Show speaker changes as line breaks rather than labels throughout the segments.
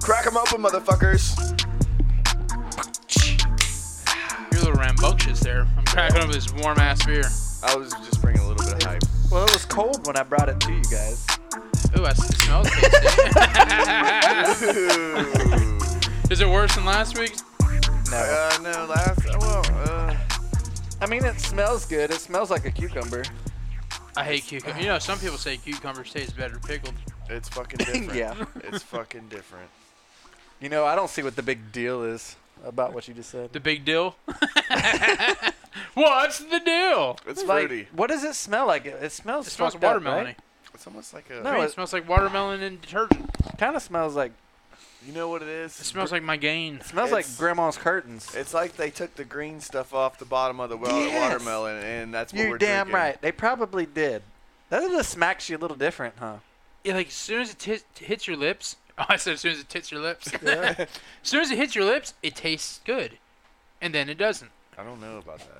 Crack 'em open, motherfuckers.
You're a little rambunctious there. I'm cracking up this warm ass beer.
I was just bringing a little bit of hype.
Well, it was cold when I brought it to you guys.
Ooh, I, it smells tasty.
Ooh.
Is it worse than last week's?
No.
uh, no, last. Well, uh,
I mean, it smells good. It smells like a cucumber.
I hate cucumber. You know, some people say cucumbers taste better pickled.
it's fucking different.
Yeah.
It's fucking different.
You know, I don't see what the big deal is about what you just said.
The big deal. What's the deal?
It's
Like,
fruity.
what does it smell like? It, it smells.
It smells
fucked up,
watermelony.
right?
It's almost like a.
I mean,
No,
it
it-
smells like watermelon and detergent.
Kind of smells like
You know what it is?
It smells like my gain.
it smells
It's-
like grandma's curtains.
It's like they took the green stuff off the bottom of the well
Yes.
watermelon, and that's what
You're
we're
damn
drinking.
right. They probably did. That just smacks you a little different, huh?
Yeah, like as soon as it tis- hits your lips. Oh, I said as soon as it hits your lips. as soon as it hits your lips, it tastes good, and then it doesn't.
I don't know about that.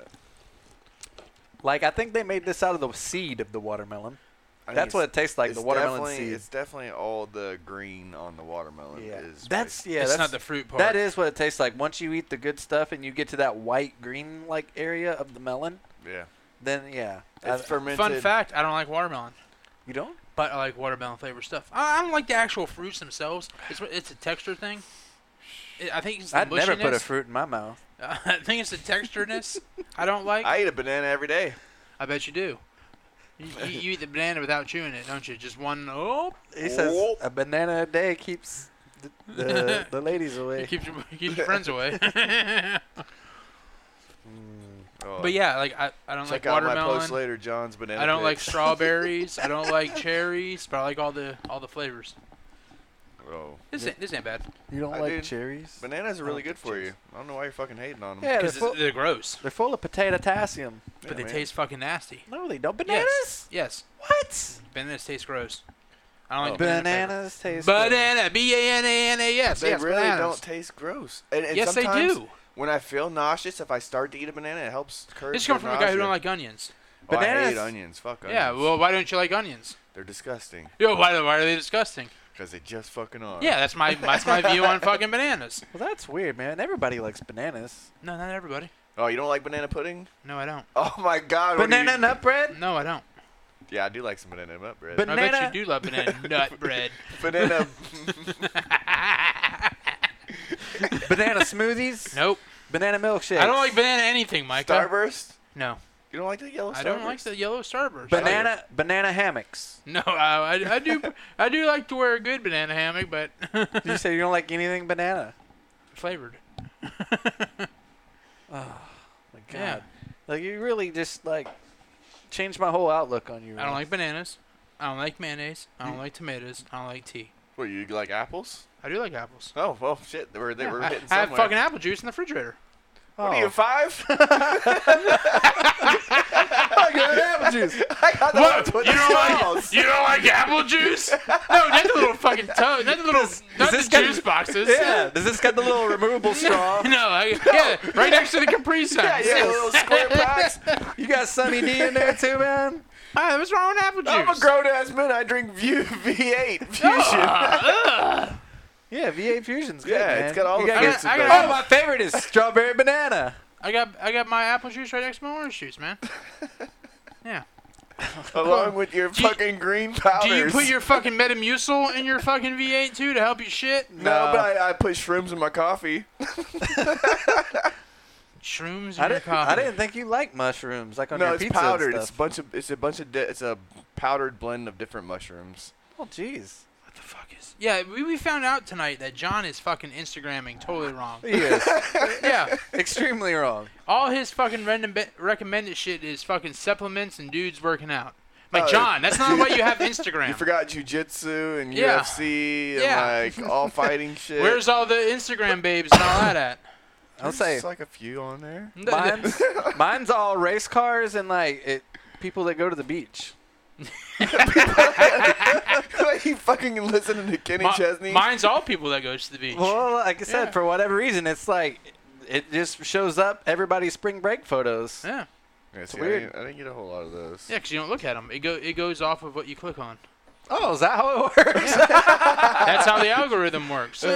Like I think they made this out of the seed of the watermelon.
I think
That's
it's-
what it tastes like. The
it's
watermelon
definitely-
seed.
It's definitely all the green on the watermelon.
yeah.
Is
That's yeah.
it's
that's
not the fruit part.
That is what it tastes like. Once you eat the good stuff and you get to that white green like area of the melon,
yeah.
then yeah. I-
It's fermented.
Fun fact: I don't like watermelon,
you don't?
but I like watermelon flavored stuff. I, I don't like the actual fruits themselves. It's what- it's a texture thing. It, I think it's the
I'd never put a
mushiness.
fruit in my mouth.
I think it's the textureness. I don't like. I,
I eat a banana every day.
bet you do. You, you, you eat the banana without chewing it, don't you? Just one. Oh,
He says
Whoop.
a banana a day keeps the, the, the ladies away.
it keeps your, it keeps your friends away.
Oh,
but yeah, like I, I don't
check
like
out my post
watermelon.
later, John's banana.
I don't like
pics.
strawberries. I don't like cherries, but I like all the all the flavors.
Oh.
This ain't this ain't bad.
you don't
I
like
did.
cherries?
Bananas are
I
really
don't
good
think
for
cheese.
you. I don't know why you're fucking hating on them.
Yeah, they're
Because
full,
they're gross,
they're full of potato potassium.
but they
man.
taste fucking nasty.
No, they don't.
Yes.
Bananas?
Yes.
What? Oh,
Bananas taste gross. I don't like the banana flavor.
Bananas taste. good.
Oh. Banana, B A N A N A. Yes,
They
yes,
really
bananas.
don't taste gross. And, and
yes, they
sometimes
do.
When I feel nauseous, if I start to eat a banana, it helps curb.
This comes
the
from a guy who
nausea.
don't like onions.
Oh, I hate
Bananas-
onions. Fuck onions.
Yeah, well, why don't you like onions?
they're disgusting
Yo, why, why are they disgusting?
because they just fucking are.
Yeah, that's my that's my view on fucking bananas.
Well, that's weird, man. Everybody likes bananas.
No, not everybody.
Oh, you don't like banana pudding?
No, I don't.
Oh my god. what do you-
banana nut bread?
No, I don't.
Yeah, I do like some banana nut bread.
Ban-
I
Banana-
bet you do love banana nut bread.
banana.
banana smoothies?
Nope.
Banana milkshakes?
I don't like banana anything, Mike.
Starburst.
No,
You don't like the yellow.
I don't like
Starburst?
the yellow starburst.
banana banana hammocks.
No, I, I, I do I do like to wear a good banana hammock, but
Did you say you don't like anything banana?
flavored.
My God.
Yeah.
Like you really just like changed my whole outlook on you.
I don't
Ralph.
like bananas. I don't like mayonnaise. I don't like tomatoes. I don't like tea.
What you like apples?
I do like apples.
Oh well, shit. They were they
Yeah,
were
I,
hitting
I
somewhere.
have fucking apple juice in the refrigerator.
What are you
Oh.
five?
I got apple juice.
I got the ones with
you
the
don't
shells.
like you don't like apple juice? No, not the little fucking tub, not the little not the
this guy-
juice boxes.
Yeah. Does this got the little removable straw?
No, I, yeah, right next to the Capri Sun.
Yeah, yeah, little square packs.
You got Sunny D in there too, man.
what's wrong with apple juice?
I'm a
Oh,
grown ass man. I drink View V8 Fusion.
Yeah, V8 Fusion's good.
Yeah,
man.
it's got all
You
the
gotta
fruits
get-
in there.
Oh, my favorite is strawberry banana.
I got I got my apple juice right next to my orange juice, man. Yeah.
along with your
Do you-
fucking green powders.
Do you put your fucking Metamucil in your fucking V8 too to help you shit?
no?
No.
But I, I put shrooms in my coffee.
Shrooms in
I
your
didn't,
coffee.
I didn't think you liked mushrooms like on
no,
your
it's
pizza and
powdered. It's
stuff.
a bunch of it's a bunch of di- it's a powdered blend of different mushrooms.
Oh, jeez.
What the fuck is? Yeah, we, we found out tonight that John is fucking Instagramming totally wrong.
Yes.
yeah,
Extremely wrong.
all his fucking random be- recommended shit is fucking supplements and dudes working out. Like
Oh.
John, that's not why you have Instagram.
You forgot jujitsu and
Yeah.
UFC and
Yeah.
like all fighting shit.
Where's all the Instagram babes and all that at?
I'll
There's
say
like a few on there.
The- the-
mine's, mine's all race cars and like it, people that go to the beach.
Like, you fucking listening to Kenny
Mi-
Chesney?
mine's all people that goes to the beach.
Well, like I said,
Yeah.
for whatever reason, it's like it just shows up everybody's spring break photos.
yeah,
Yeah, see,
weird.
I didn't, I didn't get a whole lot of those.
yeah, because you don't look at them. It go it goes off of what you click on.
Oh, is that how it works?
That's how the algorithm works.
I,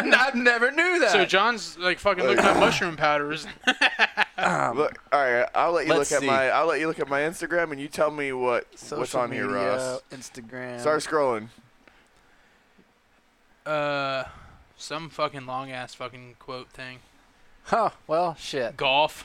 didn't- I never knew that.
So John's like fucking looking at mushroom powders.
Um,
look, all right, I'll let you
Let's
look at
see.
my I'll let you look at my Instagram and you tell me what what's
Social
on here,
media,
Ross.
Instagram.
Start scrolling.
uh, some fucking long ass fucking quote thing.
Huh. Well, shit.
Golf.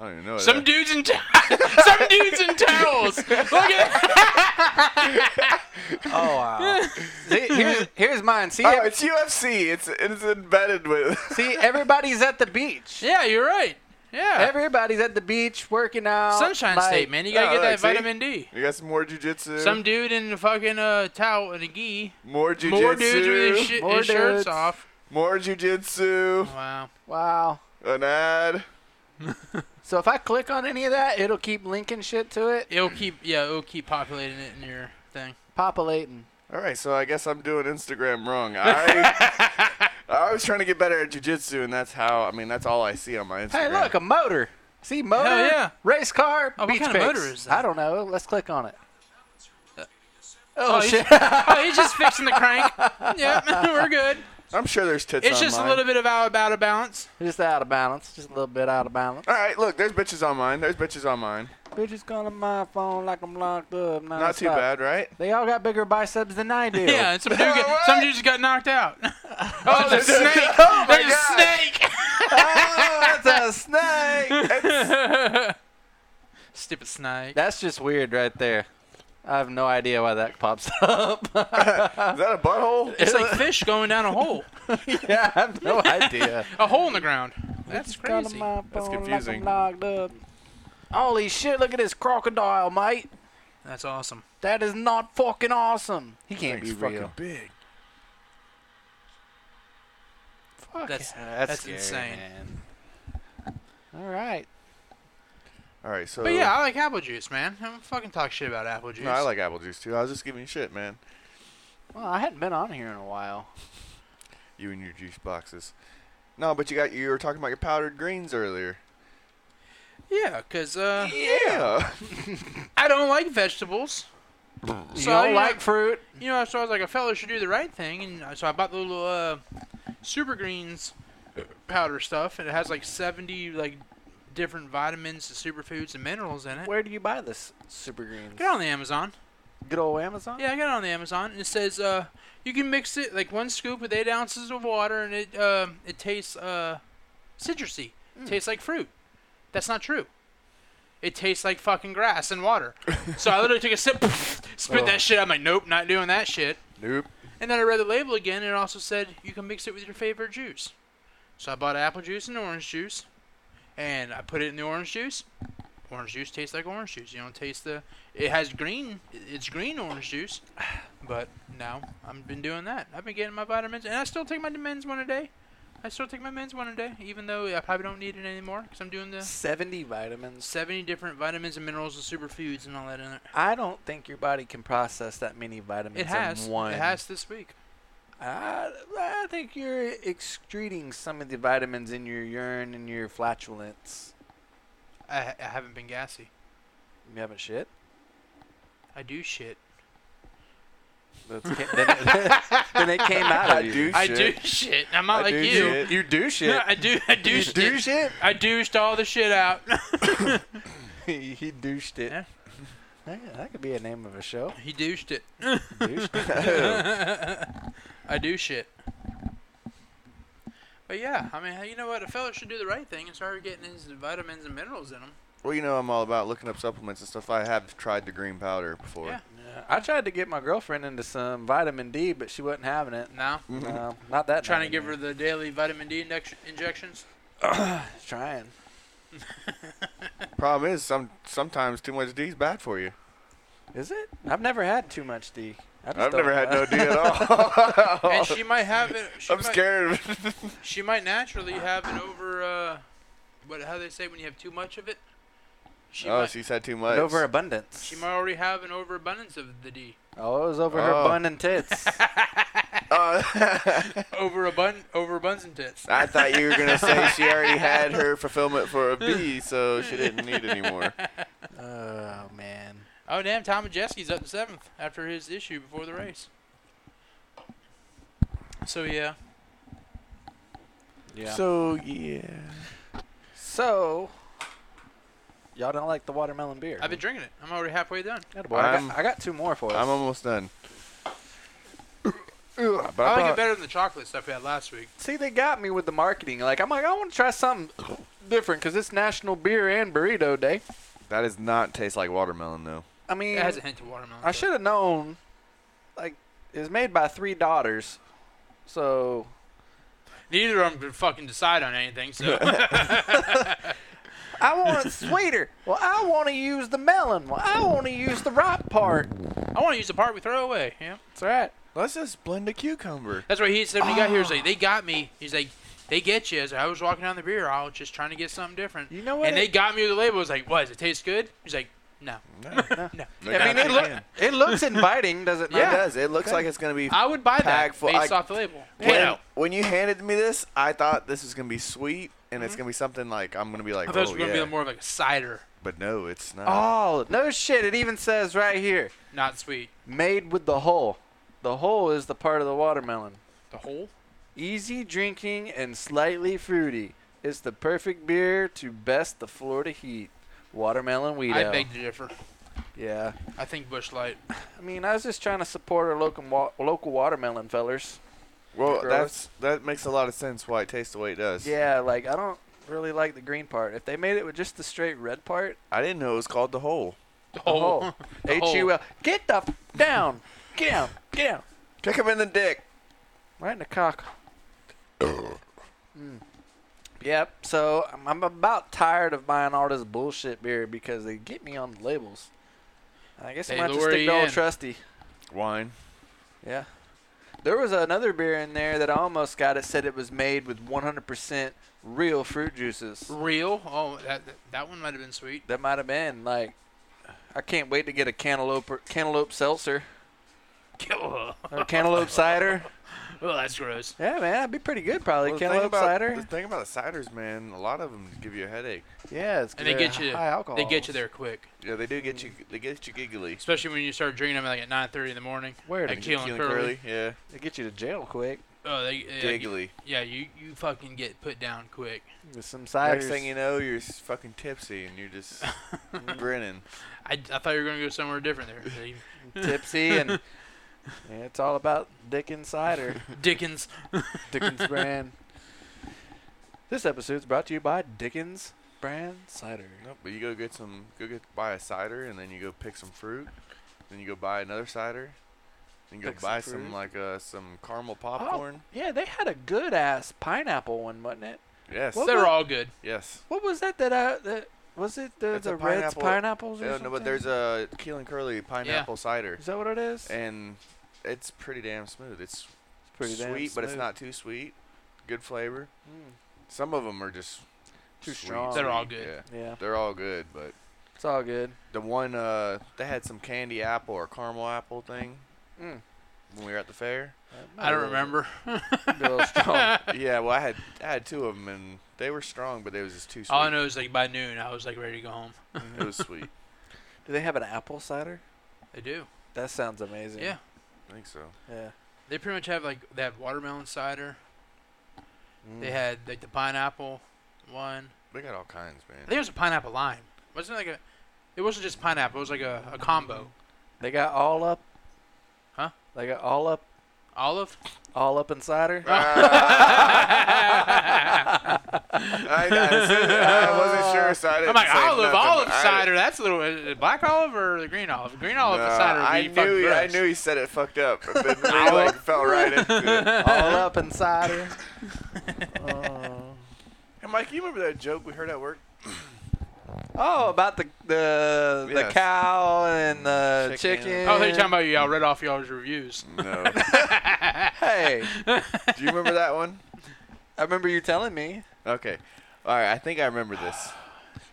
I don't even know. what
Some
that-
dudes in t- some dudes in towels. Look at
Oh wow. see, here's here's mine. See,
Oh,
ev-
it's UFC. It's it's embedded with.
see, everybody's at the beach.
yeah, you're right. Yeah,
Everybody's at the beach working out.
sunshine
like-
state, man. You gotta
Oh,
get that
like, see?
vitamin D.
You got some more jujitsu.
Some dude in a fucking uh, towel and a gi.
more jujitsu.
More dudes with his, shi-
More
his shirts
dudes.
off.
More jujitsu.
Wow.
Wow.
An ad.
So if I click on any of that, it'll keep linking shit to it,
It'll keep yeah, it'll keep populating it in your thing.
populating.
All right, so I guess I'm doing Instagram wrong. I I was trying to get better at jujitsu, and that's how. I mean, that's all I see on my Instagram.
Hey, look, a motor. See, motor,
Hell yeah.
race car,
Oh, what
beach
kind of motor
pics.
is that?
I don't know. Let's click on it.
Oh,
Oh,
he's-
shit.
oh, he's just fixing the crank. Yeah, we're good.
I'm sure there's tits
It's
on
just
mine.
a little bit of out, out of balance.
just out of balance. Just a little bit out of balance.
All right, look, there's bitches on mine. There's bitches on mine.
Bitch is calling my phone like I'm locked up. Nah,
Not too
stop.
bad, right?
They all got bigger biceps than I do.
Yeah, and some dude, get, some dude just got knocked out. Oh, there's a
there's-
snake.
oh my
there's a
God.
snake.
oh, that's a snake.
Stupid snake.
That's just weird right there. I have no idea why that pops up.
Is that a butthole?
It's like fish going down a hole,
yeah, I have no idea.
a hole in the ground. That's
Just calling
crazy.
my phone like I'm
confusing.
locked up. Holy shit, look at this crocodile, mate.
That's awesome.
That is not fucking awesome. He can't
Thing's
be real.
fucking big.
Fuck
That's-
yeah,
that's insane.
man. All right.
All right, so.
But yeah, I like apple juice, man. I don't fucking talk shit about apple juice.
No, I like apple juice too. I was just giving you shit, man.
Well, I hadn't been on here in a while.
You and your juice boxes. No, but you got you were talking about your powdered greens earlier.
Yeah, cause uh,
Yeah.
I don't like vegetables. So,
you
uh,
don't
you know-
like fruit?
you know, so I was like, a fella should do the right thing, and uh, so I bought the little uh, Super Greens powder stuff, and it has like 70 like different vitamins, and superfoods, and minerals in it.
Where do you buy this super greens?
Get on the Amazon.
Good old Amazon.
Yeah, I got it on the Amazon, and it says uh, you can mix it like one scoop with eight ounces of water, and it um it tastes uh, citrusy. Tastes like fruit. That's not true. It tastes like fucking grass and water. so I literally took a sip, spit that shit. I'm like, nope, not doing that shit.
nope.
And then I read the label again, and it also said you can mix it with your favorite juice. So I bought apple juice and orange juice, and I put it in the orange juice. Orange juice tastes like orange juice. You don't taste the. It has green. It's green orange juice. But now I've been doing that. I've been getting my vitamins, and I still take my men's one a day. I still take my men's one a day, even though I probably don't need it anymore because I'm doing the
70 vitamins.
70 different vitamins and minerals and superfoods and all that in it.
I don't think your body can process that many vitamins
It has.
in one.
It has this week.
I, I think you're excreting some of the vitamins in your urine and your flatulence.
I, I haven't been gassy.
You haven't shit?
I do shit.
That's ca- then, it, then it came out of
I
you.
do
I do
shit.
shit. I'm not
I
like
do
you.
shit.
You do shit.
No, I do. I
you
douched
do
it.
shit.
I douched all the shit out.
he douched it.
Yeah.
That, that could be a name of a show.
he douched it.
Douched it.
I do shit. But yeah, I mean, you know what? A fella should do the right thing and start getting his vitamins and minerals in him.
Well, you know I'm all about looking up supplements and stuff. I have tried the green powder before.
Yeah.
Yeah, I tried to get my girlfriend into some vitamin D, but she wasn't having it.
No,
No, not that.
trying to
night,
give her
man.
the daily vitamin D index- injections.
trying.
Problem is, some sometimes too much D is bad for you.
Is it? I've never had too much D. I just
I've
don't- uh,
never had no
I-
D at all.
And she might have it. She
Oh. I'm
might,
scared. of it.
She might naturally have it over. Uh, what? How they say when you have too much of it? She
oh,
might,
she's had too
An
much.
Overabundance.
she might already have an overabundance of the D.
oh, it was over
Oh.
her bun and tits.
Uh,
Overabund overabundance and tits.
I thought you were gonna say she already had her fulfillment for a B, so she didn't need any more.
oh man.
Oh damn, Tom Majeski's up to seventh after his issue before the race. So yeah.
Yeah. So,
So yeah.
y'all don't like the watermelon beer?
I've been drinking it. I'm already halfway done.
huh? Attaboy. I,
I'm-
got, I got two more for us.
I'm almost done. But I
I like it
brought-
better than the chocolate stuff we had last week.
See, they got me with the marketing. Like, I'm like, I want to try something different because it's National Beer and Burrito Day.
that does not taste like watermelon though.
I mean,
It has a hint of watermelon.
I
so-
should have known. Like, it was made by three daughters, so
Neither of them could fucking decide on anything. So
I want it sweeter. Well, I want to use the melon. Well, I want to use the ripe part.
I want to use the part we throw away. Yeah.
That's right.
Let's just blend a cucumber.
That's what he said when he got here. He's like, they got me. He's like, they get you. As I was walking down the beer aisle, just trying to get something different,
You know what?
and they
it,
got me with the label. I was like, what? Does it taste good? He's like, no,
No.
no.
I mean, it,
It
look, it looks inviting, does it not?
Yeah.
does. It looks like it's gonna be.
I would buy
Pack
that
full-
based
I-
off the label.
When,
Get out.
when you handed me this, I thought this was gonna be sweet and it's gonna be something like I'm gonna be
I
like,
thought
oh
it was going to
yeah.
be more of like a cider,
but no, it's not.
Oh, no shit. It even says right here,
not sweet.
made with the hull. The hull is the part of the watermelon.
The whole.
Easy drinking and slightly fruity. It's the perfect beer to best the Florida heat. Watermelon weed
I beg to differ.
Yeah.
I think Bush Light.
I mean, I was just trying to support our local wa- local watermelon fellers.
well,
gross.
that's that makes a lot of sense why it tastes the way it does.
Yeah, like I don't really like the green part. If they made it with just the straight red part,
I didn't know it was called the hole.
The
the
whole.
whole
The
H U L. Get the f- down. Get down. Get down.
Kick him in the dick.
Right in the cock.
Uh.
Mm. Yep. So I'm, I'm about tired of buying all this bullshit beer because they get me on the labels. I guess I
They
might have to
lure
stick
you
to old
in.
trusty.
Wine.
Yeah. There was another beer in there that I almost got. It said it was made with 100% real fruit juices.
Real. Oh, that that- that one might have been sweet.
That might have been like, I can't wait to get a cantaloupe or- cantaloupe seltzer
Ugh.
or cantaloupe cider.
Well, Oh, that's gross.
Yeah, man, that'd be pretty good probably.
Well, the thing
cantaloupe
about-
cider.
The thing about the ciders, man, a lot of them give you a headache.
yeah, it's
And they
they're
get you-
High alcohol.
They get you there quick,
Yeah, they do get you. They get you giggly.
especially when you start drinking them like at 9:30 in the morning.
Where
Like
do
Keel and Curly.
Yeah,
They get you to jail quick
Oh, they, yeah, you-
giggly.
yeah, you you fucking get put down quick.
with some
Next
ciders.
thing you know, you're s- fucking tipsy and you're just grinning.
I, I thought you were gonna go somewhere different there.
tipsy and yeah, it's all about Dickens cider,
Dickens.
Dickens brand. This episode's brought to you by Dickens brand cider.
Nope. But you go get some, go get buy a cider, and then you go pick some fruit. Then you go buy another cider. Then you go
Pick some
buy some,
fruit.
like uh, some caramel popcorn.
Yeah, they had a good ass pineapple one, wasn't it?
Yes.
What?
They're
was-
all good.
Yes.
What was that that I that was it the,
It's a
the Reds
pineapple-
pineapples or
Yeah,
something?
no, but there's a Keel and Curly pineapple cider,
is that what it is?
and it's pretty damn smooth. It's
It's pretty
sweet,
damn
but it's
smooth.
not too sweet. Good flavor.
Mm,
Some of them are just
too
sweet,
strong.
They're all
sweet,
good.
Yeah,
yeah,
they're all good, but
it's all good.
the one uh, they had some candy apple or caramel apple thing
Mm.
when we were at the fair.
I
Oh,
don't remember.
Be a little strong.
yeah, well, I had I had two of them and they were strong, but they was just too sweet.
All Oh, I know is like by noon, I was like ready to go home.
It was sweet.
Do they have an apple cider?
They do.
That sounds amazing.
Yeah.
I think so.
Yeah.
They pretty much have like they have watermelon cider. They
Mm.
had like the pineapple one.
They got all kinds,
I
man.
think it was a pineapple lime. Wasn't it like a? It wasn't just pineapple. It was like a, a combo.
They got all up.
Huh?
They got all up,
Olive.
all up insider.
I'm
I, I said- I wasn't sure, so I didn't
like
say
olive,
nothing.
olive
I-
cider. That's a little is it black olive or the green olive. Green olive
Nah,
cider. Would be
I
fucking
knew he, I
gross.
knew he said it fucked up, but then we like fell right into it.
all up insider. Oh.
And Mike, you remember that joke we heard at work?
oh, about the the,
Yes.
the cow and the
Chicken.
chicken.
Oh, they're talking about y'all read off y'all's reviews.
No.
Hey,
Do you remember that one?
I remember you telling me.
Okay. All right. I think I remember this.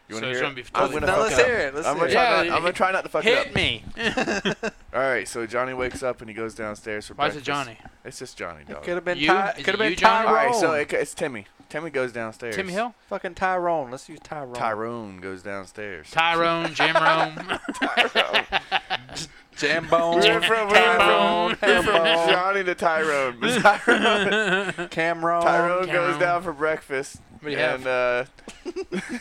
You
So
want to
it's
hear?
gonna be
it? I'm
totally
gonna
No,
fuck
let's
it up.
hear it. Let's
I'm
hear
gonna
it.
try.
Yeah,
not, I'm gonna try not to fuck it
Hit
up.
me.
All right, so Johnny wakes up and he goes downstairs for
Why is
breakfast.
it Johnny?
It's just Johnny, dog.
Could have been
You?
Ty.
Is it
Could have been
you, John?
All
Tyrone.
right, so it, it's Timmy. Timmy goes downstairs.
Timmy Hill?
fucking Tyrone. Let's use Tyrone.
Tyrone goes downstairs.
Tyrone, Jamrone.
Tyrone.
Jambone.
We're from,
Tyrone.
Tyrone. We're from
Tyrone.
Johnny to Tyrone. But Tyrone,
Cameron.
Tyrone goes
Tyrone.
down for breakfast,
What do you
and
have?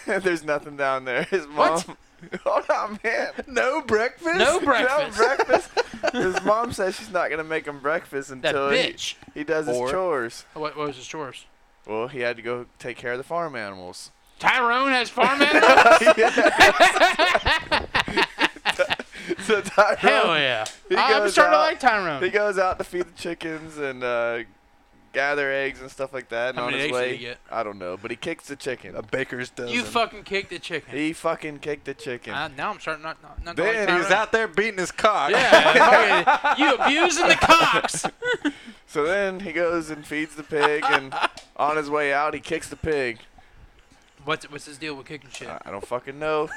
uh, there's nothing down there. His mom.
What?
Hold on, man.
No breakfast.
No breakfast.
No breakfast. His mom says she's not gonna make him breakfast
That
until he,
bitch.
he does his
Or-
chores.
Oh, What, what was his chores?
Well, he had to go take care of the farm animals.
Tyrone has farm animals?
so Tyrone,
Hell yeah.
He
I'm
goes
starting to
out-
like Tyrone.
He goes out to feed the chickens and uh, gather eggs and stuff like that. And
How
on
many
his
eggs
way,
did he get?
I don't know, but he kicks the chicken.
A baker's dozen.
you fucking kicked the chicken.
He fucking kicked the chicken.
Uh, now I'm starting not, not, not to
Then
like
He
Tyrone.
was out there beating his cock.
Yeah, fucking- you abusing the cocks.
so then he goes and feeds the pig, and on his way out, he kicks the pig.
What's what's his deal with kicking shit?
I I don't fucking know.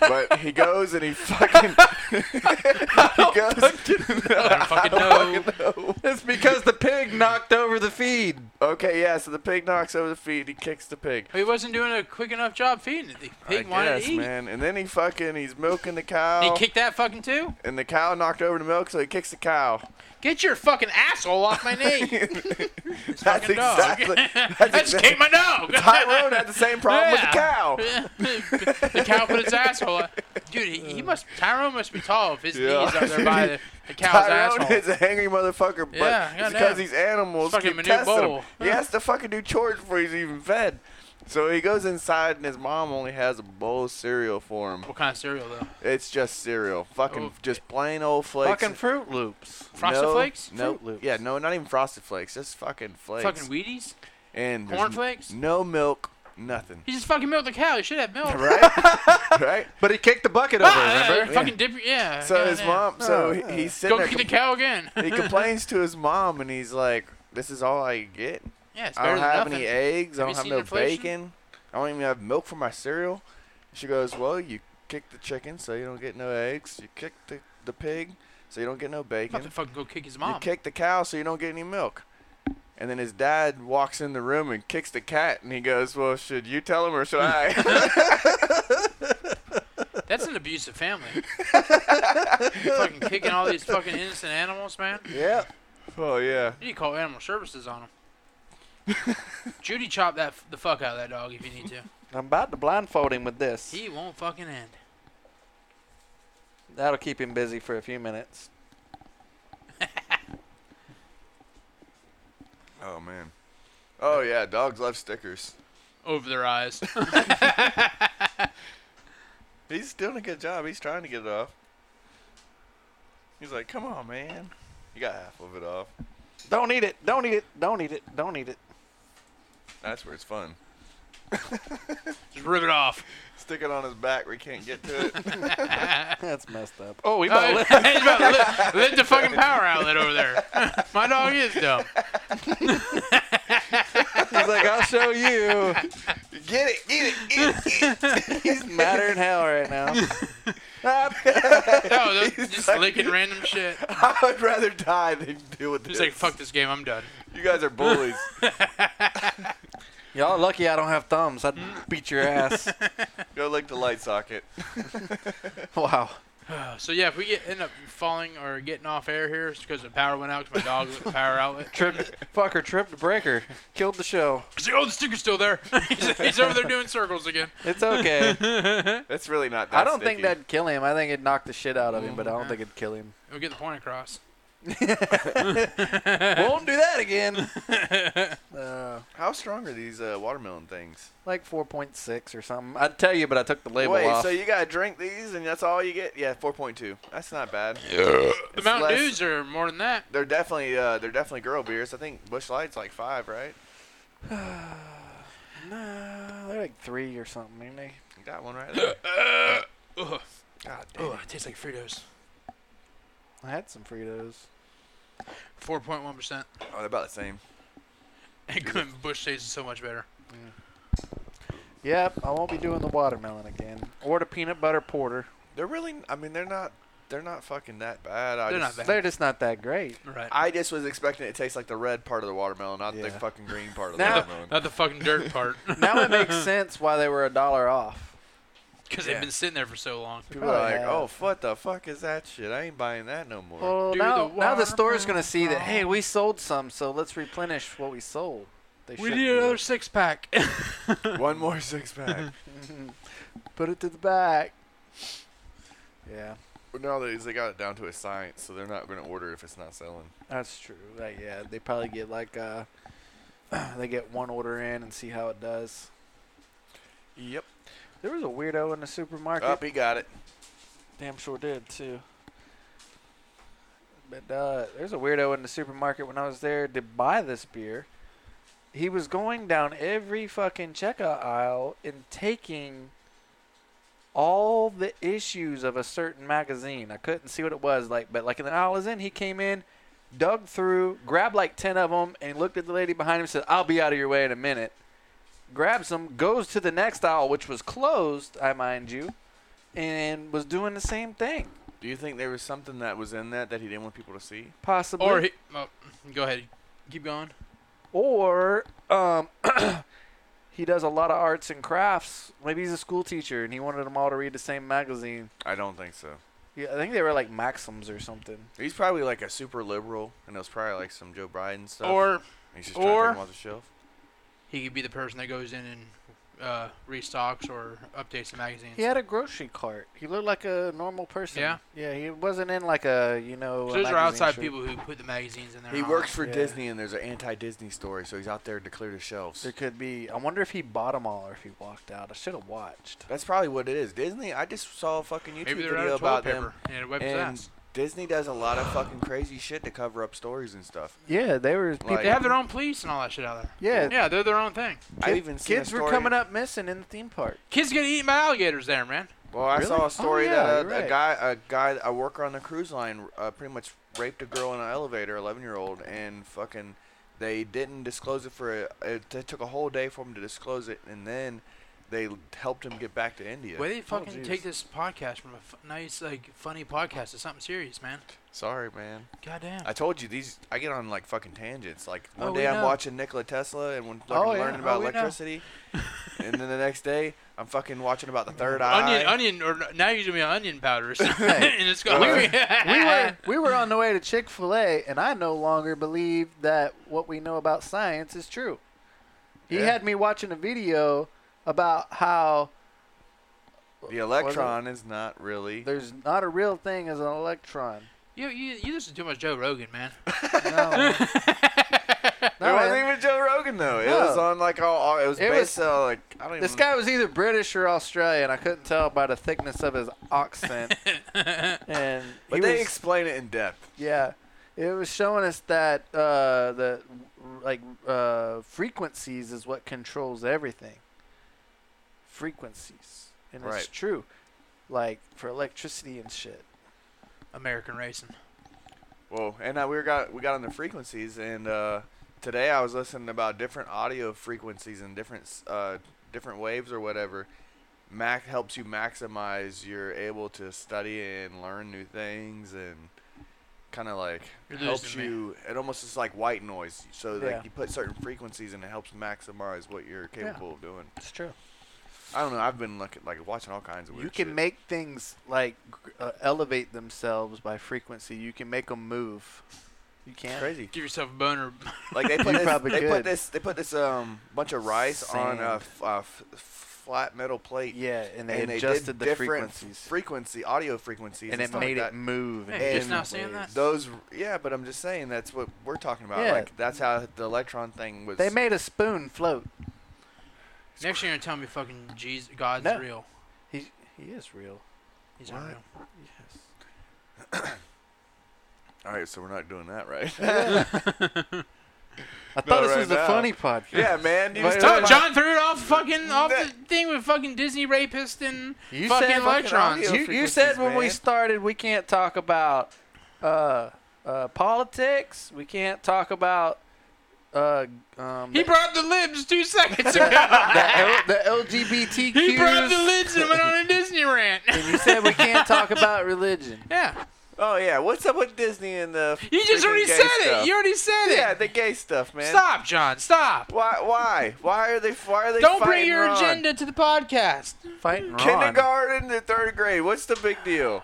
but he goes and he fucking. he goes.
I don't fucking know.
It's because the pig knocked over the feed.
Okay, yeah, so the pig knocks over the feet, he kicks the pig.
He wasn't doing a quick enough job feeding it. The pig
I
wanted
guess,
to eat.
man. Oh. And then he fucking he's milking the cow,
He kicked that fucking too.
and the cow knocked over the milk, so he kicks the cow.
Get your fucking asshole off my knee.
That's
fucking dog.
exactly. That's
I just
exactly.
kicked my dog.
Tyrone had the same problem with the cow.
the cow put its asshole. out. Dude, he, he must. Tyrone must be tall if his
Yeah.
knees up there by the, the cow's
Tyrone
asshole.
is a hangry motherfucker, but
Yeah,
it's
goddamn.
because these animals
Fucking
keep
Manute
testing him.
Bowl.
He has to fucking do chores before he's even fed. So he goes inside, and his mom only has a bowl of cereal for him.
What kind of cereal though?
It's just cereal, fucking
Oh.
just plain old flakes.
Fucking Fruit Loops.
Frosted
no,
Flakes?
No,
Fruit Loops.
yeah, no, not even Frosted Flakes, just fucking flakes.
Fucking Wheaties?
and there's
Corn Flakes?
n- No milk, nothing.
He just fucking milked the cow. He should have milk.
right, right.
But he kicked the bucket over,
Ah,
remember?
Fucking dip. Yeah.
So his
goddamn.
mom, so
Oh,
he,
yeah.
he's sitting
Go
there.
kick the
compl-
cow again.
he complains to his mom, and he's like, "This is all I get.
Yeah, it's
I
better
don't
than
have
nothing.
any eggs. I
Have you
don't have
seen
no
inflation?
bacon. I don't even have milk for my cereal." She goes, "Well, you kick the chicken, so you don't get no eggs. You kick the the pig, so you don't get no
I'm about
bacon.
to fucking go kick his
You
mom.
kick the cow, so you don't get any milk." And then his dad walks in the room and kicks the cat, and he goes, "Well, should you tell him or should I?"
That's an abusive family. fucking kicking all these fucking innocent animals, man.
Yeah.
oh yeah.
You need to call animal services on them. Judy chop that f- the fuck out of that dog if you need to.
I'm about to blindfold him with this.
He won't fucking end.
That'll keep him busy for a few minutes.
Oh man. Oh yeah. Dogs love stickers.
Over their eyes.
He's doing a good job. He's trying to get it off. He's like, come on, man. You got half of it off.
Don't eat it. Don't eat it. Don't eat it. Don't eat it.
That's where it's fun.
Just rip it off.
Stick it on his back where he can't get to it.
That's messed up. Oh, we
Oh,
about to
he's about to lit, lit the fucking power outlet over there. My dog is dumb.
He's like, I'll show you.
get it, get it, get it.
He's madder than hell right now.
Oh, those- just licking random shit.
I would rather die than deal with
He's
this.
like, fuck this game, I'm done.
You guys are bullies.
Y'all lucky I don't have thumbs. I'd beat your ass.
Go lick the light socket.
Wow.
So yeah, if we get, end up falling or getting off air here, it's because the power went out because my dog lit the power outlet.
Tripped, fucker tripped a breaker. Killed the show.
He's like, oh, the sticker's still there. he's, he's over there doing circles again.
It's okay.
That's really not that
I don't think
sticky.
that'd kill him. I think it'd knock the shit out of him, but I don't think it'd kill him.
We'll get the point across.
Won't do that again. Uh,
How strong are these uh, watermelon things?
like 4.6 or something. I'd tell you, but I took the label
Wait,
off.
so you gotta drink these and that's all you get? Yeah, 4.2. That's not bad.
The Mountain
less-
Dews are more than that.
They're definitely uh, they're definitely girl beers. I think Bush Light's like five, right?
no, they're like three or something, ain't they?
You got one right there.
Ugh.
God damn.
Ugh, it tastes like Fritos.
I had some Fritos.
4.1%.
Oh, they're about the same.
And Bush tastes so much better.
Yep, I won't be doing the watermelon again or the peanut butter porter.
They're really. I mean, they're not. They're not fucking that bad. I
They're not
just,
bad.
They're just not that great.
Right.
I just was expecting it to taste like the red part of the watermelon, not the
Yeah.
fucking green part of the
Now-
watermelon.
Not the fucking dirt part.
Now it makes sense why they were a dollar off.
Because
Yeah.
they've been sitting there for so long.
People are like,
Yeah.
"Oh, what the fuck is that shit? I ain't buying that no more."
Well,
Do
now
the
now the store's
watermelon
gonna see that. Hey,
now.
we sold some, so let's replenish what we sold. They
We
should
need
do
another six pack. Oh.
One more six pack.
that. Put it to the back. Yeah,
But Nowadays they got it down to a science, so they're not going to order if it's not selling.
that's true. Like, yeah, they probably get like uh, they get one order in and see how it does.
Yep.
There was a weirdo in the supermarket.
Up, he got it.
Damn sure did too. But uh, there's a weirdo in the supermarket when I was there to buy this beer. He was going down every fucking checkout aisle and taking all the issues of a certain magazine. I couldn't see what it was like, but like in the aisle is in, he came in, dug through, grabbed like ten of them, and looked at the lady behind him and said, "I'll be out of your way in a minute." Grabs them, goes to the next aisle, which was closed, I mind you and was doing the same thing.
Do you think there was something that was in that that he didn't want people to see?
Possibly.
or he, oh, go ahead, keep going.
Or, um, he does a lot of arts and crafts. Maybe he's a school teacher and he wanted them all to read the same magazine.
I don't think so.
Yeah, I think they were like Maxims or something.
He's probably like a super liberal, and it was probably like some Joe Biden stuff.
Or
he's just trying to
or-
take him off the shelf.
he could be the person that goes in and uh, restocks or updates the magazines.
He had a grocery cart. He looked like a normal person.
Yeah.
Yeah, he wasn't in like a, you know. a
So those are
magazine
outside
shop.
people who put the magazines in there.
He works for
Yeah.
Disney, and there's an anti-Disney story, so he's out there to clear the shelves.
There could be. I wonder if he bought them all or if he walked out. I should have watched.
That's probably what it is. Disney. I just saw a fucking YouTube
Maybe they're out
video
of toilet
about
paper
them.
and it wipes his
And
ass.
Disney does a lot of fucking crazy shit to cover up stories and stuff.
Yeah, they were. People,
Like-
They have their own police and all that shit out there.
Yeah,
Yeah, they're their own thing.
I've
kid-
even seen
kids
a story.
were coming up missing in the theme park.
Kids get eaten by alligators there, man.
Well, I
Really?
saw
Oh,
a story
yeah,
that
you're
a,
right.
a guy, a guy, a worker on the cruise line, uh, pretty much raped a girl in an elevator, 11 year old, and fucking, they didn't disclose it for a. It t- took a whole day for him to disclose it, and then they l- helped him get back to India.
Why they fucking
jeez.
take this podcast from a f- nice, like, funny podcast to something serious, man?
Sorry, man.
Goddamn.
I told you these. I get on like fucking tangents. Like one
Oh, we
day I'm
know.
watching Nikola Tesla and when fucking
Oh, yeah.
learning
Oh,
about
we know.
electricity, and then the next day I'm fucking watching about the third eye.
onion, onion, or n- now you're gonna be on onion powders, and it's going.
We
to
we
Uh-huh.
were we were on the way to Chick Fil A, and I no longer believe that what we know about science is true. He
Yeah.
had me watching a video about how
The electron is not really.
there's not a real thing as an electron.
You, you, you listen to too much Joe Rogan, man.
No,
No, it
no
wasn't
man.
even Joe Rogan though. It was
No.
on like all. all- it was
It
based
was-
on like I don't even.
This guy was either British or Australian. I couldn't tell by the thickness of his accent. and
But
he
they
was-
explain it in depth.
Yeah, it was showing us that uh, the like uh, frequencies is what controls everything. Frequencies, and it's
Right.
true. Like for electricity and shit.
American racing.
Well, and uh, we were got we got on the frequencies, and uh, today I was listening about different audio frequencies and different s- uh, different waves or whatever. Mac helps you maximize. You're able to study and learn new things, and kind of like
You're
helps
losing me.
you. It almost is like white noise. So like
Yeah.
you put certain frequencies, and it helps maximize what you're
Yeah.
capable of doing.
It's true.
I don't know. I've been looking like watching all kinds of weird.
You can
shit.
make things like gr- uh, elevate themselves by frequency. You can make them move. You
It's
can't.
crazy.
Give yourself a boner.
Like they put
You
this,
probably
they put
could.
this they put this um bunch of rice on a,
Sand.
f- a f- flat metal plate.
Yeah, and they
and
adjusted
they did
the
different
frequencies,
frequency audio frequencies,
and it
stuff
made
like
it move. in
Hey,
just
different
now
seeing
ways.
that?
that. Those yeah, but I'm just saying that's what we're talking about.
Yeah.
Like that's how the electron thing was.
They made a spoon float.
Next year, you're gonna tell me fucking Jesus, God's
No.
real.
He he is real.
He's not
What?
real.
Yes.
All right, so we're not doing that, right?
I thought this
right
was
now.
the funny podcast.
yeah, man. You
Wait,
just
wait,
talking
John,
wait.
about-
John threw it off fucking off the
That-
thing with fucking Disney rapist and
You
fucking
said
fucking
electrons.
audio.
You, you said when we
man.
started we can't talk about uh, uh, politics. We can't talk about uh, um,
He
the,
brought the libs two seconds ago.
the, L, the LGBTQ.
he brought the libs and went on a Disney rant.
and you said we can't talk about religion.
yeah.
Oh yeah, what's up with Disney and the?
You just
freaking
already
gay
said
stuff?
it. You already said it.
yeah, the gay stuff, man.
Stop, John. Stop.
Why? Why? Why are they? Why are they?
Don't
fighting
bring your
Ron?
agenda to the podcast.
Fighting Ron.
Kindergarten to third grade. What's the big deal?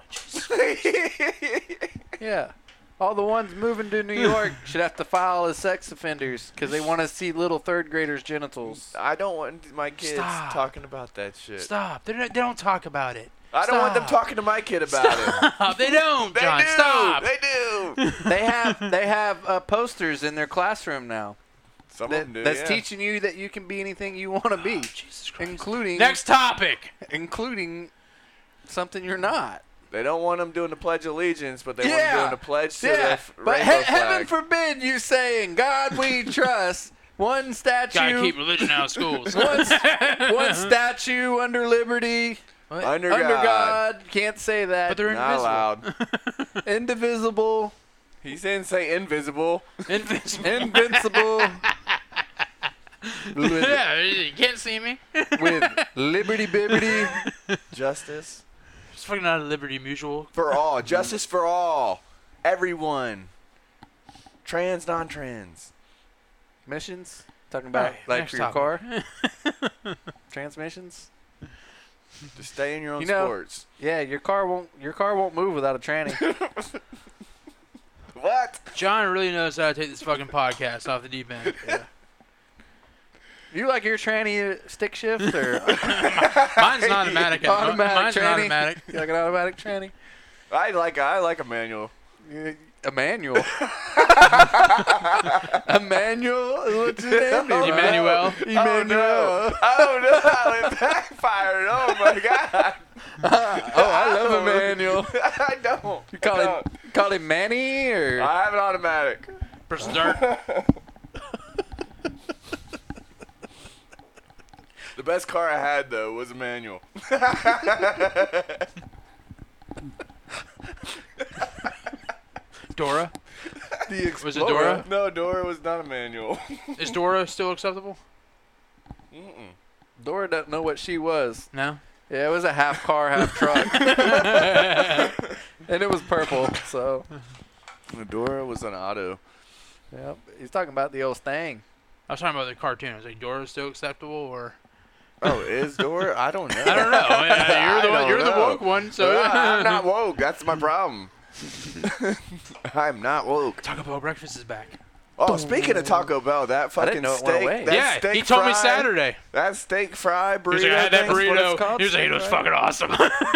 Yeah. All the ones moving to New York should have to file as sex offenders because they want to see little third graders' genitals.
I don't want my kids
Stop.
talking about that shit.
Stop. They're not, they don't talk about it.
I don't want them
Stop.
talking to my kid about it.
Stop. They don't,
They
John.
do.
Stop.
They do.
They have they have uh, posters in their classroom now
Some of
that,
them do.
that's
yeah.
teaching you that you can be anything you want to be,
Oh, Jesus Christ.
including
Next topic.
including something you're not.
They don't want them doing the Pledge of Allegiance, but they want
Yeah.
them doing the pledge to the
yeah,
f-
but
rainbow
he- heaven
flag.
forbid you say "In God we trust." One
Gotta
statue,
keep religion out of schools.
one, s- one statue under liberty,
under,
under
God.
God. Can't say that.
But they're
Not allowed.
Indivisible,
he didn't say invisible.
invisible.
invincible, with,
yeah, you can't see me.
with liberty bibbity.
Justice
It's fucking out of Liberty Mutual.
for all. Justice for all. Everyone. Trans, non-trans.
Missions? Talking about
Alright,
like
next
for your
topic.
car? Transmissions?
Just stay in your own
You know-
sports.
Yeah, your car won't your car won't move without a tranny.
What?
John really knows how to take this fucking podcast off the deep end.
you like your tranny stick shift or
Mine's not automatic. at the moment.
automatic
Mine's
tranny?
not automatic.
You like an automatic tranny?
I like I like a manual.
You- A manual. Emmanuel? What's his name?
Emmanuel.
Emmanuel.
Oh no! Oh no! It backfired. Oh my god!
Oh, I love Emmanuel.
I don't.
You call
I
him
don't.
call him Manny or
I have an automatic.
Versus dirt.
The best car I had though was a manual.
Dora.
The
Was it Dora?
No, Dora was not a manual.
Is Dora still acceptable?
Mm-mm.
Dora doesn't know what she was.
No.
Yeah, it was a half car, half truck. and it was purple, so
Dora was an auto.
yep. He's talking about the old Stang.
I was talking about the cartoon. I was like, Dora still acceptable or?
Oh, is Dora? I don't know.
I don't know. Yeah, You're the
I
one.
don't
You're the
know.
woke one. So
I'm not woke. That's my problem. I'm not woke.
Taco Bell breakfast is back.
Oh, speaking of Taco Bell, that
I
fucking
didn't know it
steak.
went away.
That
yeah,
steak
he told me
fry-
Saturday.
That steak fry burrito.
He was like, I had that
thing's what it's
burrito.
called,
He was like, it was
right?
fucking awesome.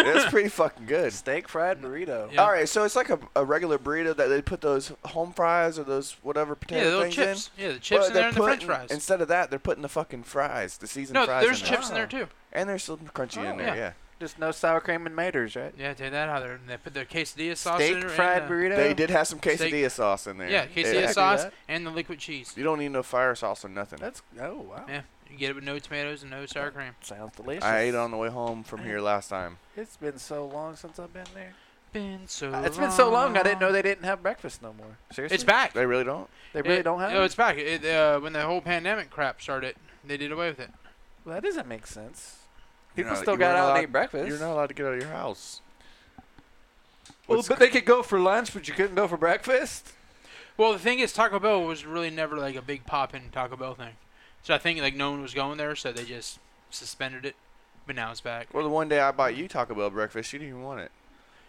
It's pretty fucking good.
Steak fried burrito.
Yeah.
All right, so it's like a, a regular burrito that they put those home fries or those whatever
yeah,
potato
the little
things
chips. Yeah, the
in.
chips
But
in
they're
there and the French
putting-
fries.
Instead of that, they're putting the fucking fries, the seasoned
no,
fries.
there's
in
chips in there
Oh.
too.
there. and there's some crunchy
Oh,
in there.
yeah.
Yeah,
Just no sour cream and maters, right?
Yeah, take that out there. And they put the quesadilla sauce in
Steak
there.
fried
and, uh,
burrito.
they did have some quesadilla
Steak-
sauce in there.
Yeah, quesadilla
do
sauce
that.
and the liquid cheese.
You don't need no fire sauce or nothing.
That's oh wow.
Yeah, you get it with no tomatoes and no sour cream.
Sounds delicious.
I ate on the way home from here last time.
It's been so long since I've been there.
Been so.
It's been so long I didn't know they didn't have breakfast no more. Seriously?
It's back.
They really don't.
They really
It-
don't have
No,
it?
it's back. It, uh, when the whole pandemic crap started, they did away with it.
Well, that doesn't make sense.
You're
People
not-
still
you
got
weren't
out
allowed-
and ate breakfast.
You're not allowed to get out of your house.
well,
What's
but they could go for lunch, but you couldn't go for breakfast.
Well, the thing is, Taco Bell was really never like a big pop in Taco Bell thing. So I think like no one was going there, so they just suspended it. But now it's back.
Well, the one day I bought you Taco Bell breakfast, you didn't even want it.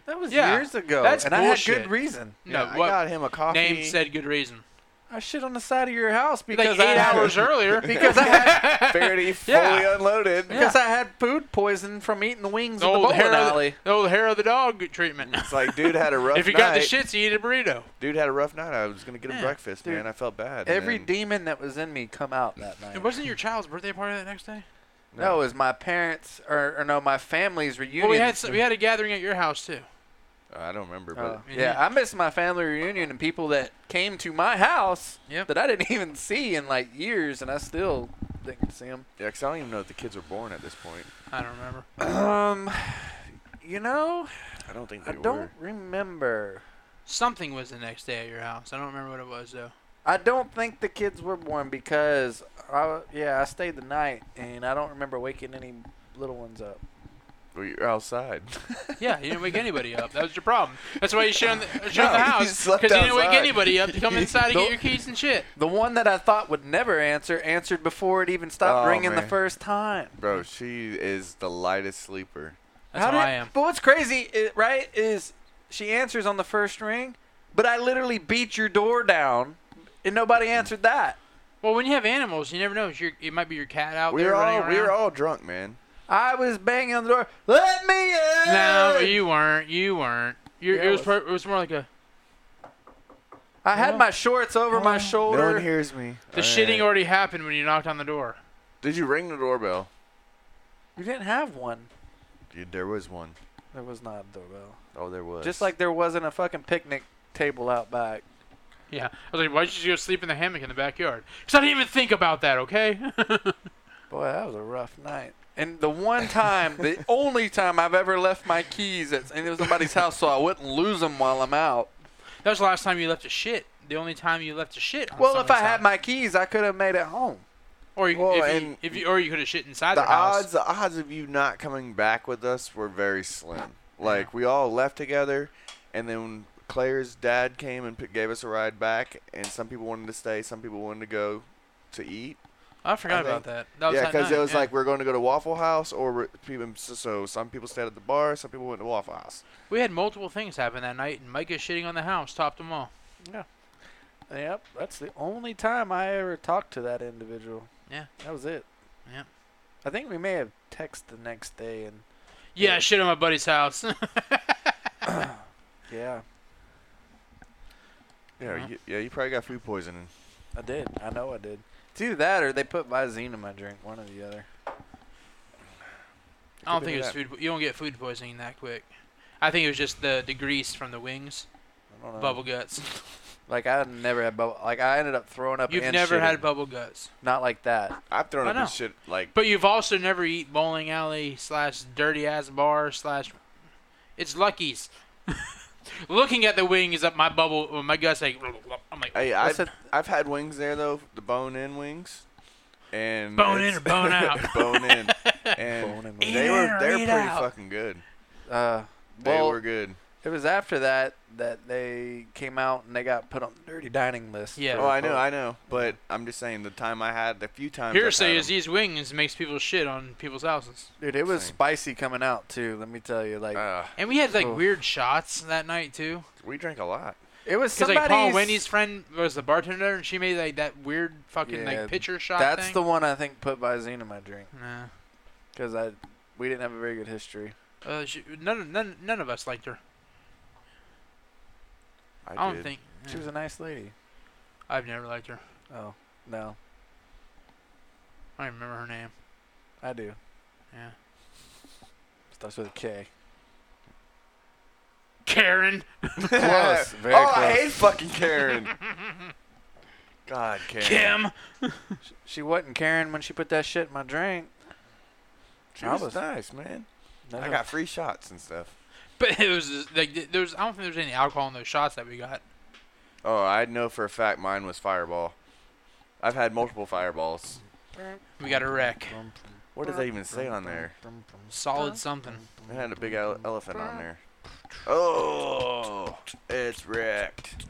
That was
Yeah,
years ago,
that's
and I had
bullshit.
good reason.
No,
Yeah, I
what
got him a coffee.
name said good reason.
I shit on the side of your house because
like eight
I had-
hours earlier.
because I had
Faraday fully
Yeah.
unloaded.
because I had food poisoning from eating the wings
the
in the
old
bowling
hair, of the,
alley.
the old hair of the dog treatment.
It's like, dude had a rough
if you
night.
got the shits, you eat a burrito.
dude had a rough night. I was gonna get him
Yeah,
breakfast,
dude.
man. I felt bad.
Every
and then-
demon that was in me come out that night.
It wasn't your child's birthday party the next day.
no, it was my parents or, or no, my family's reunion. Oh.
Well, we had s we had a gathering at your house too.
I don't remember, but
Uh,
Mhm.
yeah, I missed my family reunion and people that came to my house
Yep.
that I didn't even see in like years, and I still didn't see them.
yeah, 'cause I don't even know if the kids were born at this point.
I don't remember.
Um, you know,
I don't think they
I don't
were.
remember.
Something was the next day at your house. I don't remember what it was though.
I don't think the kids were born because I yeah I stayed the night and I don't remember waking any little ones up.
Well, you're outside.
Yeah, you didn't wake anybody up. That was your problem. That's why you shut on the, shut
No,
on the
you
house
slept
because you didn't wake
outside.
anybody up to come inside and
Nope.
get your keys and shit.
The one that I thought would never answer answered before it even stopped
Oh,
ringing the
man.
first time.
Bro, she is the lightest sleeper.
That's how,
did-
I am.
But what's crazy, i- right, is she answers on the first ring, but I literally beat your door down, and nobody answered that.
Well, when you have animals, you never know. It's your- it might be your cat out
We
there
were
Oh, running
all we
around.
were all drunk, man.
I was banging on the door. Let me in.
no, you weren't. You weren't. You're,
Yeah,
it
I
was,
was.
pro- it was more like a
I had my shorts over my
No.
shoulder.
No one hears me.
the shitting already happened when you knocked on the door.
Did you ring the doorbell?
You didn't have one.
Dude, there was one.
There was not a doorbell.
Oh, there was.
Just like there wasn't a fucking picnic table out back.
Yeah, I was like, why did you go sleep in the hammock in the backyard? Because I didn't even think about that. Okay.
Boy, that was a rough night. And the one time, the only time I've ever left my keys at and it was somebody's house, so I wouldn't lose them while I'm out.
That was the last time you left a shit. The only time you left a shit. On
Well, if I
someone's
had
house.
my keys, I could have made it home.
or you,
Well,
if, you,
and
if you, or you could have shit inside
the
their house.
odds, the odds of you not coming back with us were very slim. Like we all left together, and then Claire's dad came and p- gave us a ride back. And some people wanted to stay, some people wanted to go to eat.
I forgot
I
about
think-
that. That was
yeah,
that
because it
night,
was
yeah.
like we're going to go to Waffle House, or we're- people. So, so some people stayed at the bar, some people went to Waffle House.
we had multiple things happen that night, and Micah shitting on the house topped them all.
Yep, that's the only time I ever talked to that individual.
Yeah.
That was it.
Yeah.
I think we may have text the next day and
Yeah,
Yeah.
I shit on my buddy's house.
yeah,
Yeah,
Yeah.
You, yeah, you probably got food poisoning.
I did. I know I did. It's either that or they put Visine in my drink, one or the other.
I don't
Could
think
be
it was
that.
food. You don't get food poisoning that quick. I think it was just the, the grease from the wings,
I
Uh,
don't know.
bubble guts.
Like I never had bubble. Like I ended up throwing up.
You've
and
never
shitting.
had bubble guts,
Not like that.
I've thrown
I
up
know.
this shit like
but you've also never eat bowling alley slash dirty ass bar slash. It's Lucky's. Looking at the wings up my bubble, or my guts like. I'm like
Hey,
That's
I've,
a-
I've had wings there though, the bone in wings, and
Bone in
it's-
or bone out?
bone in, and
Bone in wings.
they
Eat in
were
or
they're
eat
pretty
out?
fucking good.
Uh,
They
well,
were good.
it was after that that they came out and they got put on the dirty dining list.
Yeah.
Oh, I know,
know.
I know, but I'm just saying the time I had, the few times I've
hearsay
had
is
'em-
these wings makes people shit on people's houses.
Dude, it was
Same.
spicy coming out too. Let me tell you, like
uh,
And we had like
Oof.
weird shots that night too.
we drank a lot.
it was
Because like
somebody's.
Paul Wendy's friend was the bartender, and she made like that weird fucking
Yeah,
like pitcher shot.
That's
thing.
the one I think put Visine in my drink
Nah.
because I we didn't have a very good history.
Uh, she, none, none, none of us liked her.
I,
I, don't
did.
think.
She was a nice lady.
I've never liked her.
Oh no,
I don't remember her name.
I do.
Yeah.
Starts with a K.
Karen.
Close, very
oh, I
close.
hate fucking Karen. God, Karen.
Kim.
Sh- She wasn't Karen when she put that shit in my drink.
she
I
was,
was-
nice, man.
No.
I got free shots and stuff.
But it was just, like th- there was. I don't think there was any alcohol in those shots that we got.
Oh, I know for a fact mine was Fireball. I've had multiple Fireballs.
We got a wreck.
What does that even say on there?
Solid something.
It had a big ele- elephant on there. Oh, it's wrecked.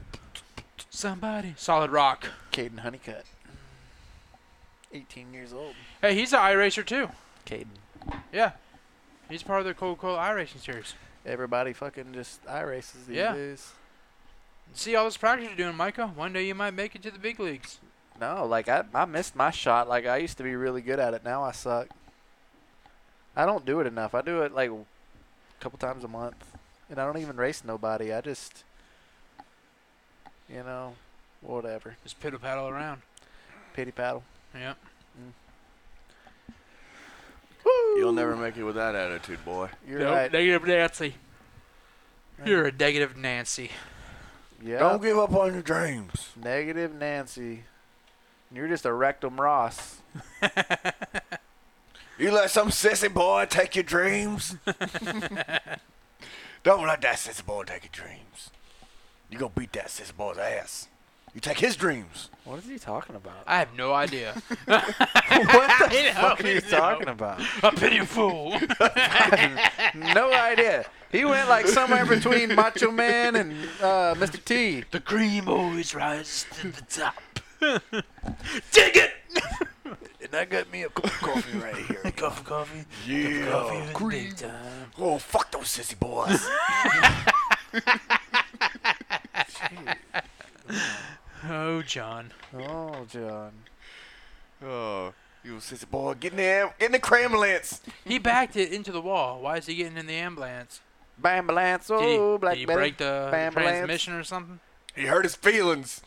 Somebody. Solid rock.
Caden Honeycutt. 18 years old.
Hey, he's an iRacer too.
Caden.
Yeah. He's part of the Coca-Cola iRacing series.
Everybody fucking just eye races these
Yeah.
days.
See all this practice you're doing, Micah. One day you might make it to the big leagues.
No, like I, I missed my shot. Like I used to be really good at it. Now I suck. I don't do it enough. I do it like a couple times a month, and I don't even race nobody. I just, you know, whatever.
Just piddle paddle around.
Pity paddle.
Yep.
You'll never make it with that attitude, boy.
You're
Nope,
right.
Negative Nancy. You're a negative Nancy.
Yeah.
Don't give up on your dreams.
Negative Nancy. You're just a rectum Ross.
You let some sissy boy take your dreams. Don't let that sissy boy take your dreams. You gonna beat that sissy boy's ass. You take his dreams.
What is he talking about?
I have no idea.
what the
I know,
fuck are
I
you
know.
talking about?
A pity fool.
no idea. He went like somewhere between Macho Man and uh, Mr. T.
the cream always rises to the top. Dig it!
And I got me a cup of coffee right here.
Cup of coffee.
yeah.
Coffee
Oh, fuck those sissy boys.
Oh, John.
Oh, John.
oh, you sissy boy. Get in the, get in the cramlance.
He backed it into the wall. Why is he getting in the ambulance?
Bam, balance.
Did he,
Oh, Black
did he
Betty.
break the, the
Bam, Lance.
transmission or something?
He hurt his feelings.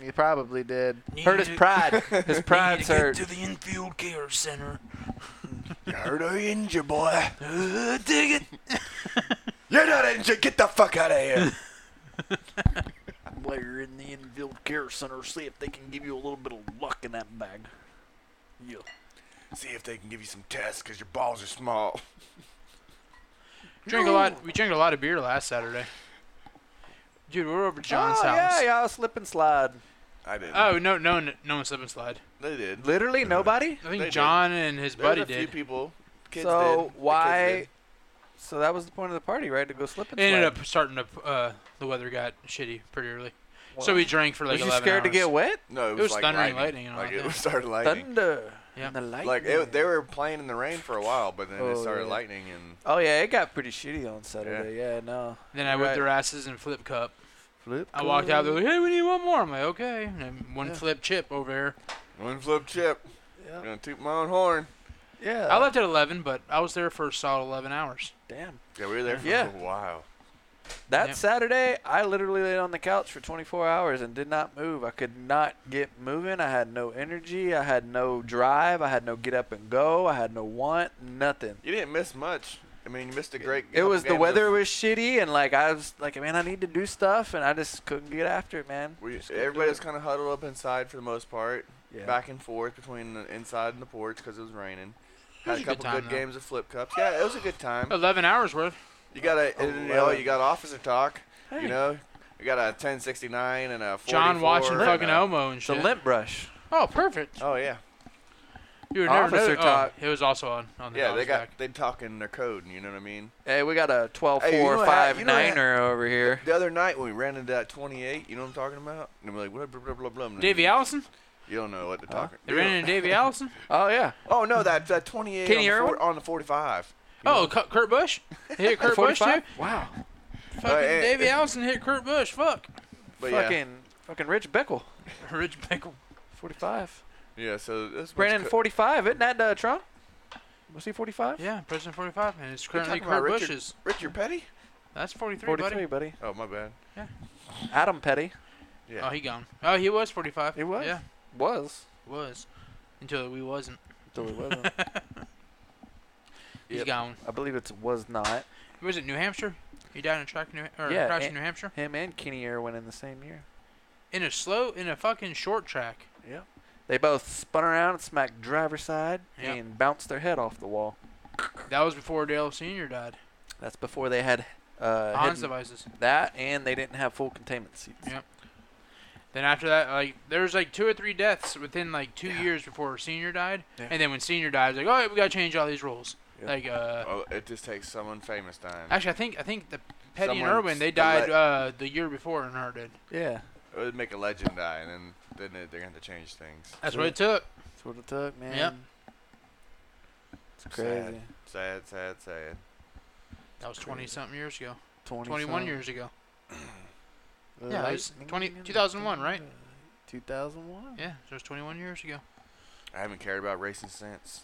Mm, He probably did.
Need
Hurt his
to-
pride. His pride's hurt.
the infield care center.
You hurt or injured, boy.
dig it.
You're not injured. Get the fuck out of here.
while you're in the infield care center, see if they can give you a little bit of luck in that bag. Yeah.
See if they can give you some tests because your balls are small.
Drink a lot. We drank a lot of beer last Saturday. Dude, we we're over at John's
oh,
house.
yeah, y'all slip and slide.
I didn't.
Oh no, no, no, no one slip and slide.
they did.
Literally
Uh-huh.
nobody.
I
They
think
did.
John and his buddy
There's a few
did.
people. Kids did. The
so
kids
why?
did.
So that was the point of the party, right? To go slip and
It ended
slide.
up starting to. Uh, the weather got shitty pretty early,
Well,
so we drank for like
was you
11
scared to
hours.
get wet?
No, it was,
was
like
thunder and
lightning.
lightning and all
like
that.
it was started lightning.
Thunder.
Yeah.
And the lightning.
Like it, they were playing in the rain for a while, but then it
Oh,
started
yeah.
lightning and
Oh yeah, it got pretty shitty on Saturday. Yeah, no.
Then I
You're
whipped
right.
their asses and flip cup.
Flip.
I walked out. They're like, "Hey, we need one more." I'm like, "Okay." And then one
Yeah.
flip chip over here.
one flip chip. I'm
Yeah.
gonna toot my own horn.
yeah.
I left at 11, but I was there for a solid 11 hours.
Damn.
Yeah, we were there for
Yeah.
a while.
That
Yep.
Saturday, I literally laid on the couch for 24 hours and did not move. I could not get moving. I had no energy. I had no drive. I had no get up and go. I had no want. Nothing.
You didn't miss much. I mean, you missed a great.
It
couple
was the
games of-
weather was shitty and like I was like, man, I need to do stuff and I just couldn't get after it, man.
We,
Just couldn't do
everybody
it.
was kind of huddled up inside for the most part,
Yeah.
back and forth between the inside and the porch because it was raining.
It was
Had a
a good
couple
time,
good
though.
games of flip cups. Yeah, it was a good
Uh.
time.
11 hours worth.
You got a,
Oh,
and, you know,
wow.
you got officer talk.
Hey,
You know, you got a 1069 and a 44
John watching
and
fucking
a-
Elmo and
it's a
shit.
lint brush.
Oh, perfect.
Oh yeah,
You would never
Officer
know- oh,
talk.
it was also on, on the
yeah. They
dollar's
got Mm-hmm.
back.
they talking their code. You know what I mean?
Hey, we got a 12
Hey, you know
4
how-
5
you know how-
9er over here.
The other night when we ran into that 28, you know what I'm talking about? And we're like, blah, blah, blah, blah, blah. and
Davey
you-
Allison.
You don't know what they're
Huh?
talking
They ran into Davey Allison.
Oh yeah.
Oh, no, that, that 28
Kenny
on, the
Irwin?
four- on the 45.
Oh, Cu- Kurt Busch. They hit
The
Kurt Busch too.
45? Wow.
Fucking
eh,
Davey
eh.
Allison hit Kurt Busch. Fuck.
But
fucking
yeah.
fucking Rich Bickle.
Rich Pickle.
45.
Yeah, so this was
Brandon
co-
45, isn't that uh, Trump? Was he 45?
Yeah, President 45, and it's
You're
currently
talking about
Kurt
Richard-
Busch's.
Richard Petty?
That's 43,
43,
buddy.
buddy.
Oh, my bad.
Adam Petty
Yeah.
Oh, he gone. Oh, he was 45.
He was?
Yeah,
was
was. Until we wasn't.
until he wasn't.
He's
Yep.
gone.
I believe it was not.
Was it New Hampshire? He died in a track, New, or
Yeah,
crash
eh.
in New Hampshire.
Him and Kenny Irwin in the same year.
In a slow, in a fucking short track.
Yep. They both spun around and smacked driver's side
Yep.
and bounced their head off the wall.
That was before Dale Senior died.
That's before they had uh,
Hans
hidden
devices.
that and they didn't have full containment seats.
Yep. Then after that, like there was like two or three deaths within like two years before Senior died,
Yeah.
and then when Senior died, it was like, all right, we gotta change all these rules.
Yeah.
Like, uh,
Oh, it just takes someone famous dying.
actually, I think I think the Petty
Someone
and Irwin they
to let-
died uh, the year before and her did.
Yeah.
It would make a legend die, and then, then they- they're going to have to change things.
That's what it took.
That's what it took, man. It's crazy.
Sad. Sad, sad, sad.
That was twenty something years ago.
20
Twenty one
some. uh,
years ago.
The
Yeah, it was
lightning
20
in the
2001, right?
sky. 2001.
Yeah, so it was twenty one years ago.
I haven't cared about racing since.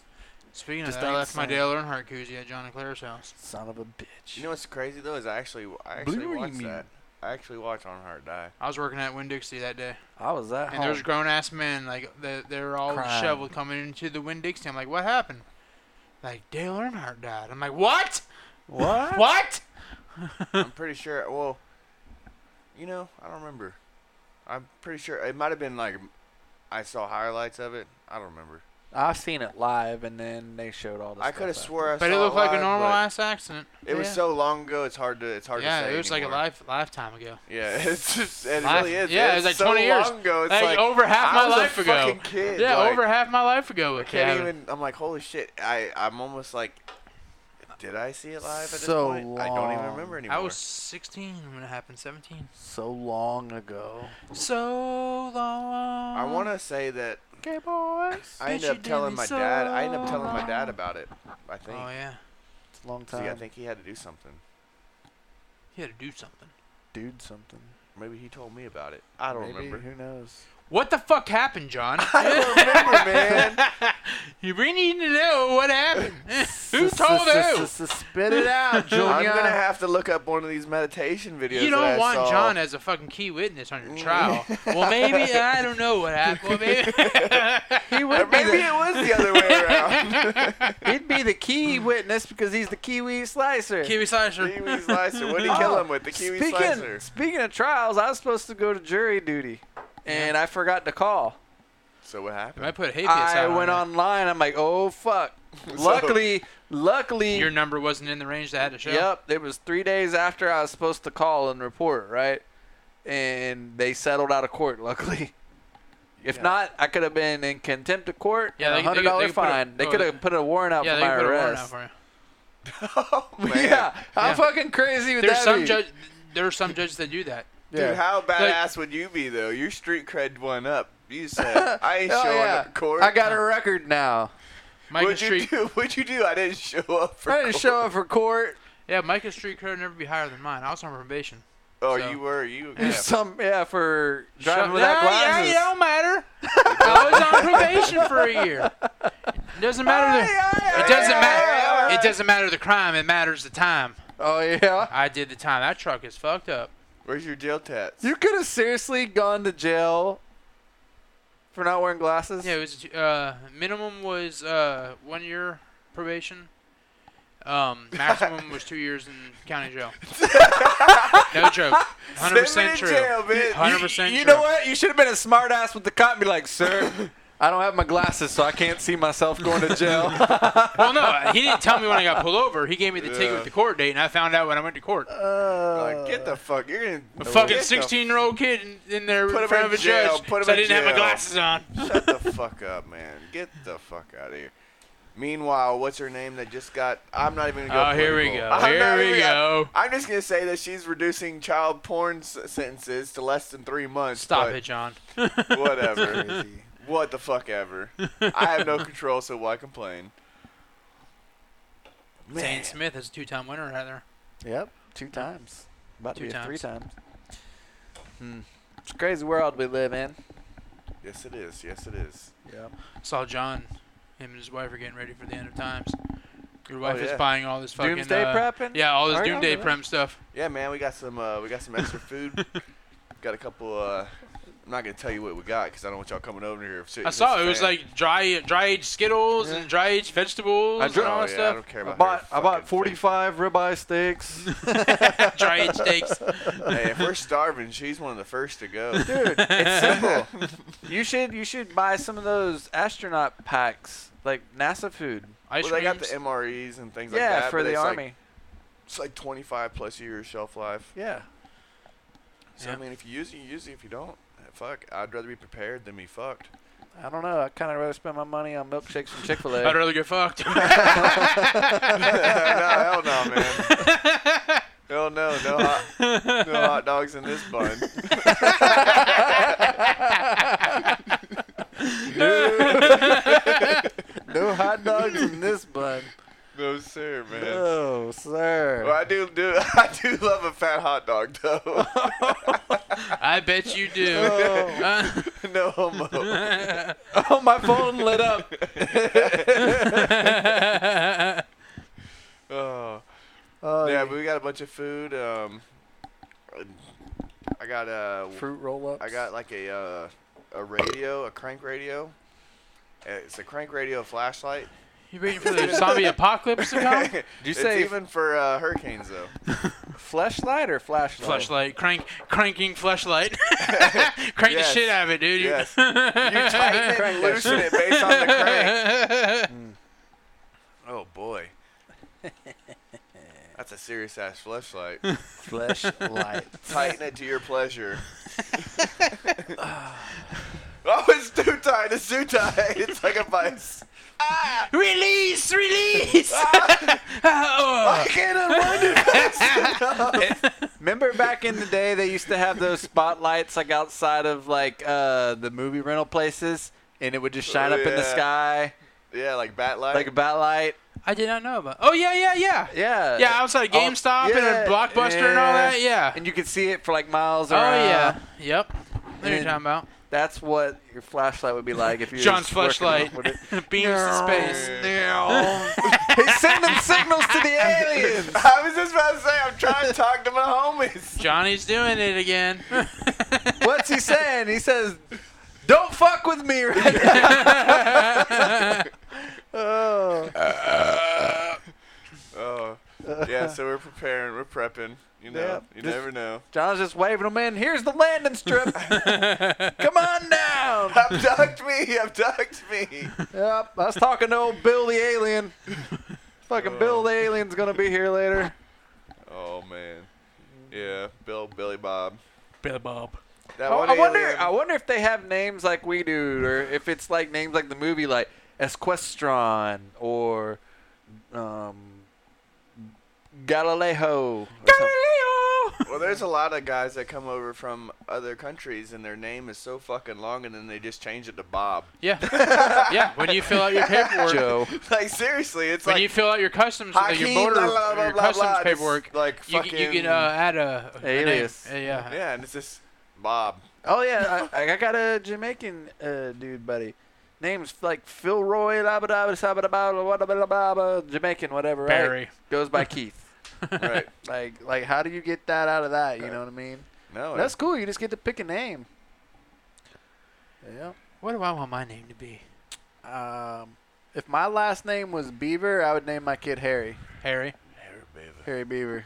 Speaking of
Just
that, I
ain't
left my
saying.
Dale Earnhardt koozie at John and Claire's house.
Son of a bitch.
You know what's crazy, though, is I actually, I actually
Blue, you
watched
mean?
that. I actually watched On Heart die.
I was working at Winn Dixie that day.
I was at
And there's
home.
grown ass men like they they're all
Crying.
disheveled coming into the Winn Dixie. I'm like, what happened? Like Dale Earnhardt died. I'm like, what?
What?
What?
I'm pretty sure. Well, you know, I don't remember. I'm pretty sure it might have been like I saw highlights of it. I don't remember.
I've seen it live, and then they showed all this.
I could have
stuff
swore I
But
saw
it looked like a
live,
normal
but
ass accident.
It was
yeah.
so long ago. It's hard to. It's hard
yeah,
to say.
it was like a
anymore.
life lifetime ago.
Yeah, it's just, it
Life-
really is.
yeah,
it's
it was like
so
20 years.
Long ago. It's
Like,
like,
over half my
I was
life
a
ago.
Fucking kid.
yeah,
like,
over half my life ago.
I
it
can't
happened.
even. I'm like, holy shit. I I'm almost like, did I see it live at this
So
point? I don't even
long.
remember anymore.
I was 16 when it happened. 17.
So long ago.
So long.
I want to say that
Okay, boys.
I
Bitch,
ended
you
up
did
telling
me
my
so
dad. I ended up telling my
wrong.
dad about it. I think.
Oh yeah,
It's a long
See,
time.
I think he had to do something.
he had to do something.
Dude, something.
Maybe he told me about it. I don't
Maybe,
remember.
Who knows?
What the fuck happened, John?
I don't remember, man.
you really need to know what happened. who
S- s-
told
s-
who?
s- s- Spit it out,
I'm
Junior.
gonna have to look up one of these meditation videos. that
You don't
I
want
saw.
John as a fucking key witness on your trial. well, maybe I don't know what happened. Well, maybe.
He
Or
would be
maybe
the,
it was the other way around.
he'd be the key witness because he's the kiwi slicer.
Kiwi slicer.
kiwi slicer. What did he kill him with? The kiwi
speaking,
slicer.
Speaking of trials, I was supposed to go to jury duty, and I forgot to call.
So what
I
happened?
might put hate
I
out
went
there.
online. I'm like, oh fuck.
So-
Luckily, luckily,
Your number wasn't in the range that had to show.
Yep, it was three days after I was supposed to call and report, right? And they settled out of court, luckily. If
Yeah.
not, I could have been in contempt of court
Yeah,
and a
they-
hundred
they- they
dollar
could put a-
fine. they
oh,
could have put a warrant out
Yeah,
for
they
my
put a warrant out
arrest.
for you.
oh man.
Yeah, how
Yeah.
fucking crazy would
There's
that
some
be?
judge. There are some judges that do that.
Dude,
Yeah.
how badass would you be though? Your street cred went up. You said I ain't
Oh,
showing
yeah.
up to court.
I got a record now.
Micah
What'd you
Street.
do? What'd you do? I didn't show up for
I didn't
court.
show up for court.
Yeah, Micah Street could never be higher than mine. I was on probation.
Oh,
so-
you were you.
Yeah.
Yeah.
Some yeah for driving
Shut-
without
Nah, yeah,
glasses.
it don't matter. I was on probation for a year. It doesn't matter. The, it doesn't matter. It doesn't matter the crime. It matters the time.
Oh yeah.
I did the time. That truck is fucked up.
Where's your jail tats?
You could have seriously gone to jail for not wearing glasses.
Yeah, it was uh, minimum was uh, one year probation. Um, maximum was two years in county jail. No joke. Hundred
Send me
percent
to
true.
jail, bitch.
Hundred
You-
percent
You
true.
know what? You should have been a smartass with the cop and be like, sir, I don't have my glasses, so I can't see myself going to jail.
Well, no, he didn't tell me when I got pulled over. He gave me the ticket
Yeah.
with the court date, and I found out when I went to court.
Uh,
Like, get the fuck. You're gonna
A fucking
get the-
16 year old kid in, in there
Put him
in front
in
of a
jail,
judge.
put him
so I
in
didn't have my
jail.
glasses on.
Shut the fuck up, man. Get the fuck out of here. Meanwhile, what's her name that just got? I'm not even gonna go.
Oh, here we
political.
go.
I'm
Here
not
we
even gonna-
go.
I'm just gonna say that she's reducing child porn s- sentences to less than three months.
Stop
but
it, John.
Whatever. what the fuck ever. I have no control, so why complain?
Zane Smith is a two time winner, rather.
Yep, two times. About
to Two be a three
times. Hmm. It's a crazy world we live in.
Yes, it is. Yes, it is.
Yep.
Saw John. Him and his wife are getting ready for the end of times. Your wife
yeah.
is buying all this fucking.
Oh, Doomsday
uh,
prepping?
Yeah, all this
Are you
doomsday
on
prem stuff.
Yeah, man, we got some. Uh, we got some extra food. got a couple. Uh, I'm not gonna tell you what we got because I don't want y'all coming over here. if shit
I
hits
saw
the
it was
fan.
like dry dry aged Skittles
Yeah.
and dry aged vegetables
I
and
dro-
all
Oh,
that
yeah, I don't care
I
about
bought
your
I bought
fucking thing.
45 ribeye steaks.
stuff. dry aged steaks.
hey, if we're starving, she's one of the first to go.
Dude, it's simple. you should you should buy some of those astronaut packs, like NASA food.
Ice
Well, they got the
creams.
MREs and things like
yeah,
that.
for
but
the
it's
army.
Like, it's like 25 plus years shelf life.
yeah.
So I
Yeah.
mean, if you use it, you use it. If you don't, fuck. I'd rather be prepared than be fucked.
I don't know. I kind of rather spend my money on milkshakes from Chick Fil A.
I'd rather get fucked.
no, hell no, man. Hell no, no hot, no hot dogs in this bun.
No hot dogs in this bun.
No sir, man.
No,
Well,
sir.
I do do I do love a fat hot dog though.
I bet you do.
Oh.
Uh,
no homo.
oh, my phone lit up.
Oh.
Oh,
Yeah, but we got a bunch of food. Um, I got a
fruit roll ups.
I got like a uh, a radio, a crank radio. Uh, It's a crank radio flashlight.
you waiting for the zombie apocalypse to come?
Did
you say-
it's even for uh, hurricanes though?
flashlight or flashlight?
Flashlight, crank, cranking flashlight. crank
Yes.
the shit out of it, dude.
Yes.
You
You tighten it
Crank
and
that
loosen it based on the crank.
Mm.
Oh boy. That's a serious ass flashlight.
Fleshlight.
Tighten it to your pleasure. oh, it's too tight. It's too tight. It's like a vice. Ah!
Release, release.
I
Oh.
can't unwind it fast enough.
Remember back in the day, they used to have those spotlights like outside of like uh, the movie rental places, and it would just shine up in the
Yeah.
sky
Yeah, like bat light.
like a bat light.
I did not know about. Oh yeah, yeah, yeah.
Yeah.
Yeah, outside of
Oh,
GameStop
yeah,
and a Blockbuster and all
yeah.
that. Yeah.
And you could see it for like miles
Oh
around.
yeah. Yep. What are you
and-
talking about?
That's what your flashlight would be like if you.
John's flashlight beams to space.
He's sending signals to the aliens.
I was just about to say, I'm trying to talk to my homies.
Johnny's doing it again.
What's he saying? He says, "Don't fuck with me right now." Oh.
Oh, yeah. So we're preparing. We're prepping. You know,
Yep.
you
This-
never know.
John's just waving them in. Here's the landing strip. Come on down.
Abduct me! Abduct me!
Yep, I was talking to old Bill the alien. Fucking Bill
Oh.
the alien's gonna be here later.
Oh man, yeah, Bill, Billy Bob.
Billy Bob.
That
Oh, I,
one
I wonder.
alien-
I wonder if they have names like we do, or if it's like names like the movie, like Esquestron or um, Galileo. or something.
well, there's a lot of guys that come over from other countries, and their name is so fucking long, and then they just change it to Bob.
Yeah. yeah. When you fill out your paperwork,
Joe.
Like seriously, it's
when
like
you fill out your customs, like your
Hakeem,
motor,
blah, blah, blah,
your
blah,
customs
blah, just
paperwork,
Like
you,
fucking
can- you can uh, add a a name.
Alias.
Uh, yeah.
yeah, and it's just Bob.
Oh yeah, I, I got a Jamaican uh, dude buddy. Name's like Philroy, labadaba, sabadaba, wadabadababa, Jamaican, whatever. Right?
Barry.
Goes by Keith.
right?
Like, like, how do you get that out of that? You
Right.
know what I mean?
No,
That's cool. You just get to pick a name. Yeah.
What do I want my name to be?
Um, if my last name was Beaver, I would name my kid Harry.
Harry.
Harry Beaver.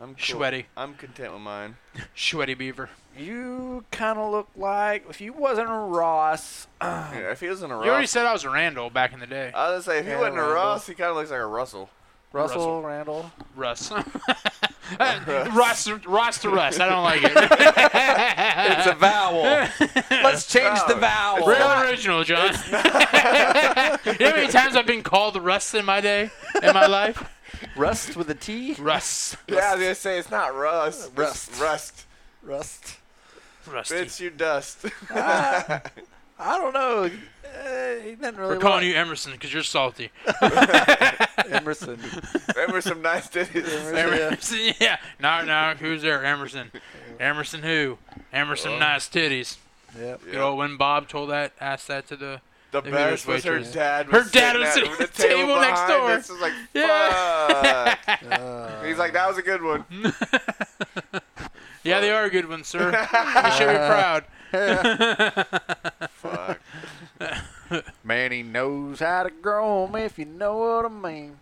I'm cool.
Sweaty.
I'm content with mine.
Sweaty Beaver.
You kind of look like if you wasn't a Ross.
Yeah, if he was in a
You already
Ross,
said I was a Randall back in the day.
I was gonna say if he
Yeah,
wasn't a
Randall.
Ross, he kind of looks like a Russell.
Russell,
Russell.
Randall.
Russ. Russ. Russ to Russ. I don't like it.
It's a vowel. Let's change the
Oh.
vowel.
Real original, John. you know how many times I've been called Russ in my day, in my life?
Rust with a T.
Russ.
Yeah, I was gonna say it's not Russ. it's
Rust.
Rust.
Rust.
Rusty.
Bitch, you dust.
Ah, I don't know. Uh, he didn't really.
We're calling you Emerson because you're salty.
you Emerson.
Remember some nice ditties.
Emerson.
Emerson, yeah. No, no, who's there? Emerson. Emerson who? Emerson
Oh.
nice titties.
Yep.
Good old when Bob told that, asked that to the.
The
Maybe
best
there's
was her
waitress.
dad. Was
Her dad was
sitting at the table next door. This was like,
Yeah.
fuck.
uh.
He's like, that was a good one.
Yeah, they are good ones, sir. you should be proud.
Fuck.
Man, he knows how to grow 'em if you know what I mean.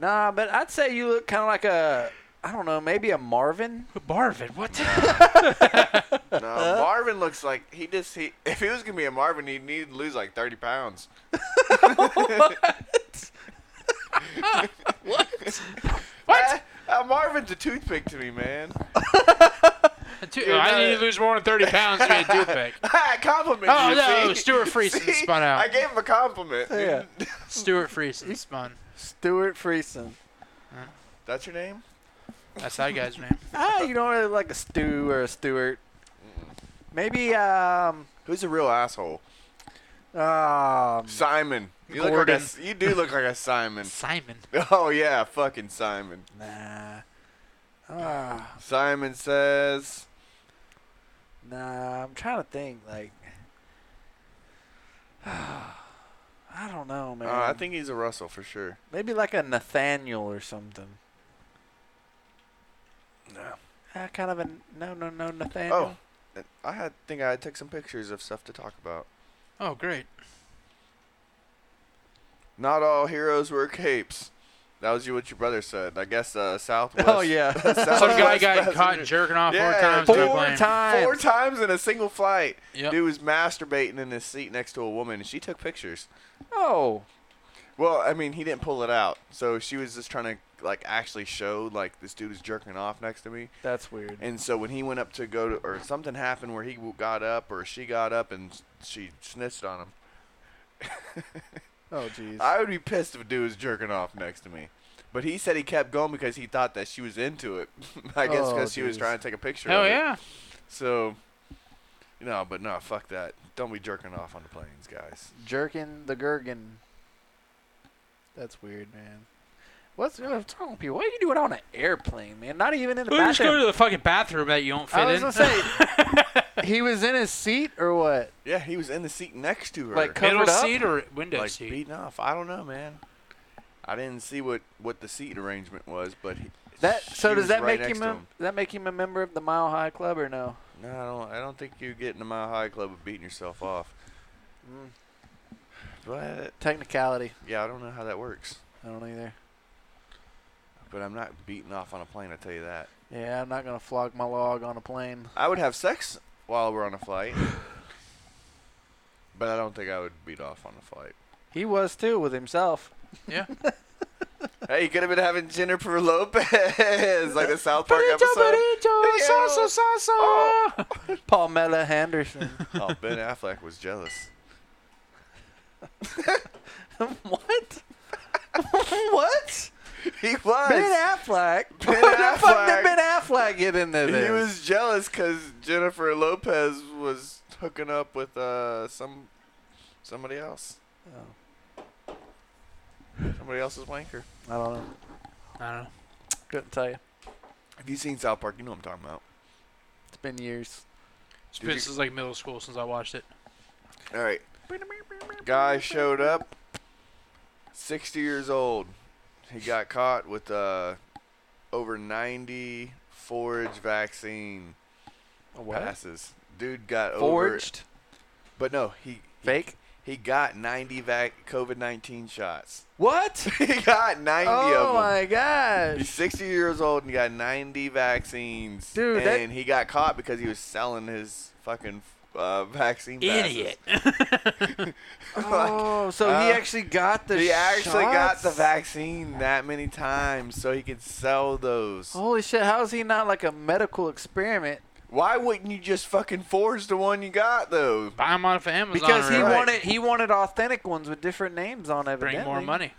Nah, but I'd say you look kind of like a, I don't know, maybe a Marvin.
Barvid, what?
No, Marvin looks like he just he. If he was gonna be a Marvin, he'd need to lose like thirty pounds.
what?
Uh, Marvin's a toothpick to me, man.
Dude, I need to lose more than 30 pounds to be a toothpick.
I compliment
Oh,
you.
no,
see?
Stuart Friesen
See?
spun out.
I gave him a compliment.
Yeah.
Stuart Friesen spun.
Stuart Friesen.
That's your name?
That's that guy's name.
Ah, you don't really like a Stu or a Stuart. Maybe um,
Who's a real asshole?
um,
Simon. You look like a,
Gordon.
s- you do look like a Simon.
Simon.
Oh yeah, fucking Simon.
nah, ah,
Simon says,
nah. I'm trying to think. Like, I don't know,
uh,
man.
"I think he's a Russell for sure."
maybe like a Nathaniel or something.
No.
Ah, kind of a no, no, no, Nathaniel.
Oh, I had think I took some pictures of stuff to talk about.
Oh, great.
Not all heroes wear capes. That was you. What your brother said. I guess uh, Southwest.
Oh yeah.
Some guy
Southwest
got caught
passenger-
jerking off
Yeah,
four times.
four
to a plane.
times.
Four times in a single flight,
Yep.
dude was masturbating in his seat next to a woman, and she took pictures.
Oh.
Well, I mean, he didn't pull it out, so she was just trying to like actually show like this dude is jerking off next to me.
That's weird.
And so when he went up to go to, or something happened where he w- got up or she got up and s- she snitched on him.
Oh jeez.
I would be pissed if a dude was jerking off next to me. But he said he kept going because he thought that she was into it. I guess
Oh,
because she was
geez.
trying to take a picture.
Hell
of it.
yeah.
So, no, but no, fuck that. Don't be jerking off on the planes, guys.
Jerkin the Gurgen. That's weird, man. What's, what's wrong with people? What are you doing on an airplane, man? Not even in the
Who just go
bathroom.
to the fucking bathroom that you don't fit
I was
in?
gonna say he was in his seat or what?
Yeah, he was in the seat next to her,
Like covered
Middle
up.
seat or window
like
seat?
beating off. I don't know, man. I didn't see what what the seat arrangement was, but he,
That so
she
does
was
that
right
make
next
him,
to
a, does that make him a member of the Mile High Club or no?
No, I don't. I don't think you get into my high club of beating yourself off.
Mm,
But
technicality,
yeah, I don't know how that works.
I don't either.
But I'm not beating off on a plane. I tell you that.
Yeah, I'm not gonna flog my log on a plane.
I would have sex while we're on a flight, but I don't think I would beat off on a flight.
He was too with himself.
Hey, you could have been having Jennifer Lopez, like the South Park episode.
Salsa, salsa. Palmella Henderson.
Oh, Ben Affleck was jealous.
what? what?
He was.
Ben Affleck.
Ben
Where the fuck
Affleck.
did Ben Affleck get in there?
he
then?
was jealous because Jennifer Lopez was hooking up with uh some somebody else,
Oh,
somebody else's wanker.
I don't know.
I don't know.
Couldn't tell you.
If you've seen South Park, you know what I'm talking about.
It's been years.
It's
Did
been
you-
since like middle school since I watched it.
All right, guy showed up, 60 years old. He got caught with uh over 90 forage vaccine passes. Dude got over,
Forged?
but no, he
Fake?
he got 90 vac COVID-19 shots.
What?
he got 90 of
Oh
them.
my gosh.
He's 60 years old and he got 90 vaccines.
Dude, that-
and he got caught because he was selling his fucking uh, vaccine passes.
Idiot.
Oh, so he
uh,
actually got the
he actually got the
shots?
vaccine that many times so he could sell those.
Holy shit, how is he not like a medical experiment?
Why wouldn't you just fucking forge the one you got though?
Buy them off of Amazon.
Because
or
he
right.
whatever.
wanted he wanted authentic ones with different names on evidently.
bring more money.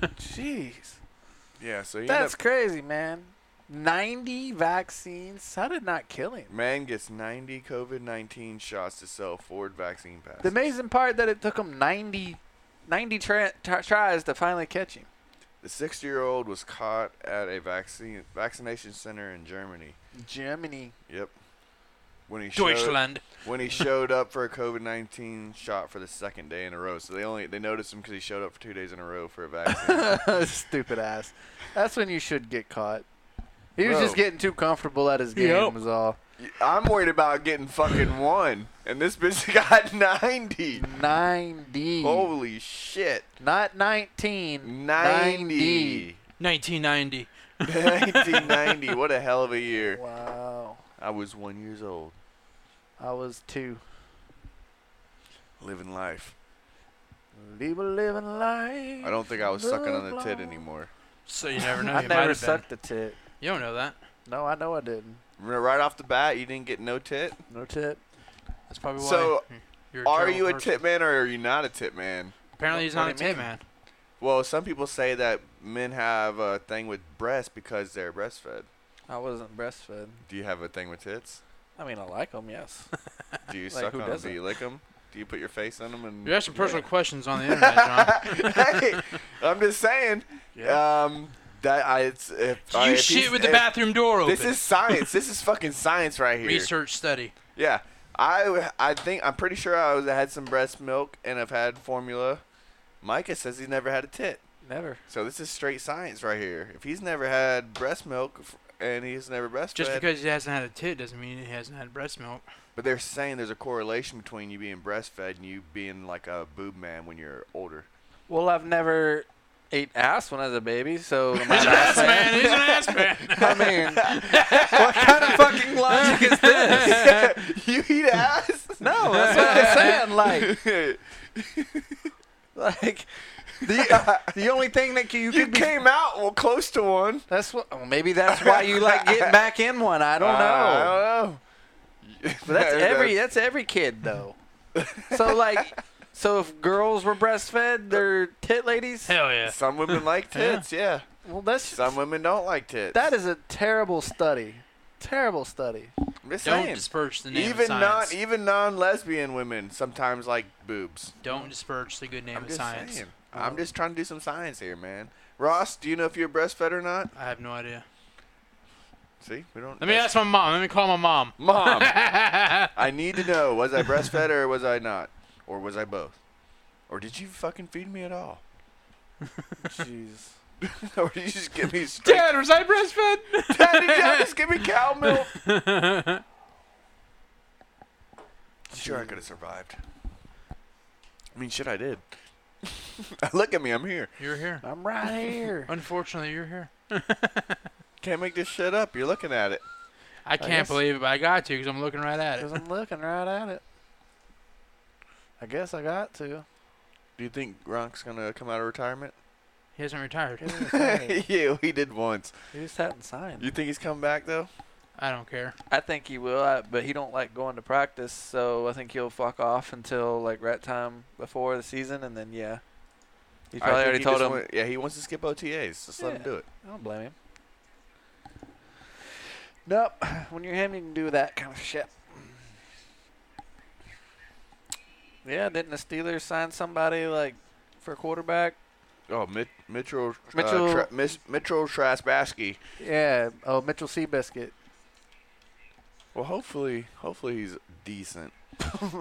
Jeez.
Yeah, so he ended
That's crazy, man. 90 vaccines. How did not kill
up-
him?
man gets 90 COVID-19 shots to sell Ford vaccine pass.
The amazing part that it took him 90, 90 tra- tri- tries to finally catch him.
the 60-year-old was caught at a vaccine vaccination center in Germany.
Germany.
Yep. When he showed,
Deutschland.
when he showed up for a COVID nineteen shot for the second day in a row. So they only they noticed him because he showed up for two days in a row for a vaccine.
Stupid ass. That's when you should get caught. He was
Bro.
just getting too comfortable at his game,
Yep.
was all.
I'm worried about getting fucking one, and this bitch got ninety.
90.
Holy shit,
Not 19.
90.
1990.
1990. What a hell of a year.
Wow.
I was one years old,
I was two.
living life.
Live a living life.
I don't think I was sucking on the tit anymore.
So you never know.
I
you might
never
have been.
sucked a tit.
You don't know that.
No, I know I didn't.
Remember, Right off the bat, you didn't get no tit.
No tit.
That's probably why.
So,
you're
Are
terrible
you a
person.
tit man or are you not a tit man?
Apparently he's
What
not a
do you
tit
mean?
man.
Well, some people say that men have a thing with breasts because they're breastfed.
I wasn't breastfed.
Do you have a thing with tits?
I mean, I like them, yes.
Do you
Like,
suck
who
on them? Do
doesn't?
you lick them? Do you put your face on them? And
You're asking personal questions on the internet, John.
hey, I'm just saying. Um, that I it's if, all right,
you
if
shit
he's-
with the
if-
bathroom door open.
This is science. this is fucking science right here.
research study.
Yeah, I I think I'm pretty sure I was I had some breast milk and I've had formula. Micah says he's never had a tit.
Never.
So this is straight science right here. If he's never had breast milk f- and he's never breastfed,
Just because he hasn't had a tit doesn't mean he hasn't had breast milk.
But they're saying there's a correlation between you being breastfed and you being like a boob man when you're older.
Well, I've never ate ass when I was a baby, so am I
He's
an
an ass man. He's an ass man.
I mean, what kind of fucking logic is this?
you eat ass?
No, that's what I'm saying. Like, like the the only thing that uh, you,
you
could be.
came out well close to one.
That's what. Well, maybe that's why you like getting back in one. I don't know.
Ah,
Uh,
I don't know.
But that's every that's every kid though. So like, so if girls were breastfed, they're tit ladies.
Hell yeah.
Some women like
Yeah.
tits, yeah.
Well, that's
Some women don't like tits.
that is a terrible study. Terrible study.
I'm just
Don't
saying.
disperse the name
Even e-
of
non
science.
even non lesbian women sometimes like boobs.
Don't disperse the good name
I'm
of
just
science.
saying.
Oh.
I'm just trying to do some science here, man. Ross, do you know if you're breastfed or not?
I have no idea.
See, we don't.
Let me ask my mom. Let me call my mom.
Mom, I need to know: was I breastfed or was I not, or was I both, or did you fucking feed me at all,
Jeez.
or did you just give me straight?
Dad, was I breastfed?
Dad, did you just give me cow milk? Sure, I could have survived. I mean, shit, I did. Look at me, I'm here.
You're here.
I'm right here.
Unfortunately, you're here.
Can't make this shit up. You're looking at it.
I can't
guess-
believe it, but I got to because I'm looking right at
Cause
it.
I'm looking right at it. I guess I got to.
Do you think Gronk's gonna come out of retirement?
He hasn't retired.
Give me a sign.
yeah, he did once.
he just hadn't signed.
You think he's coming back though?
I don't care.
I think he will, I, but he don't like going to practice, so I think he'll fuck off until like right time before the season, and then yeah. You
I
probably
think
already
he
told
just
him.
want- yeah, he wants to skip OTAs. Just let him
Yeah.
do it.
I don't blame him. Nope. When you're him, you can do that kind of shit. Yeah, didn't the Steelers sign somebody like for quarterback?
Oh, Mit- Mitchell,
Mitchell-
uh, Tra- Miss- Mitchell Trasbasky.
Yeah. Oh, Mitchell Seabiscuit.
Well, hopefully, hopefully he's decent.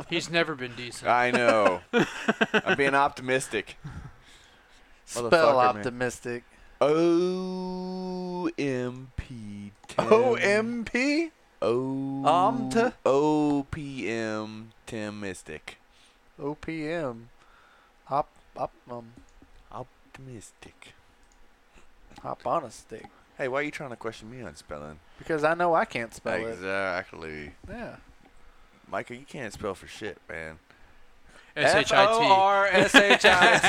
He's never been decent.
I know. I'm being optimistic. Motherfucker,
Spell
man.
optimistic.
O M P.
O M P.
O
Omt.
O P M Timistic.
O P M. Hop up um
Optimistic.
hop on a stick
Hey, why are you trying to question me on spelling?
because I know I can't spell it.
Exactly.
Yeah.
Michael, you can't spell for shit, man.
S H
F O
I
R S H I
T.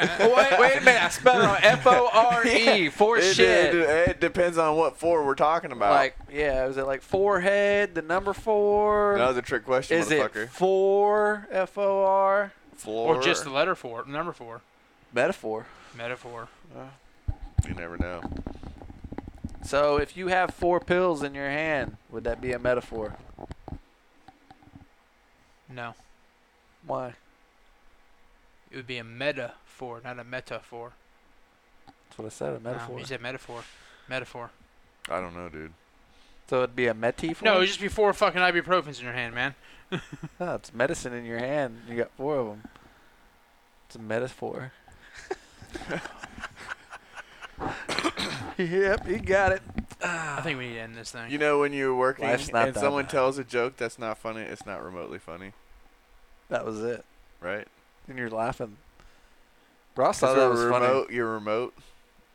T. Well, Wait, wait a minute. I spelled it wrong. F O R E for
It,
shit.
it- it depends on what four we're talking about.
Like, yeah, was it like forehead? The number four.
that was a trick question,
is it
motherfucker.
four? F O R.
Floor.
Or just the letter four, number four,
Metaphor.
metaphor.
You never know.
So if you have four pills in your hand, would that be a metaphor?
No,
Why?
it would be a metaphor, not a metaphor.
That's what I said. A
No,
metaphor.
you said metaphor, metaphor.
I don't know, dude.
so it'd be a metaphor.
No, it'd just be four fucking ibuprofens in your hand, man.
No, it's medicine in your hand. You got four of them. It's a metaphor. yep, he got it.
I think we need to end this thing.
You know when you're working
Life's not
and
that
someone
bad.
tells a joke that's not funny, it's not remotely funny,
That was it.
right?
And you're laughing. Ross
'Cause
thought that
you're
was funny.
remote, you're remote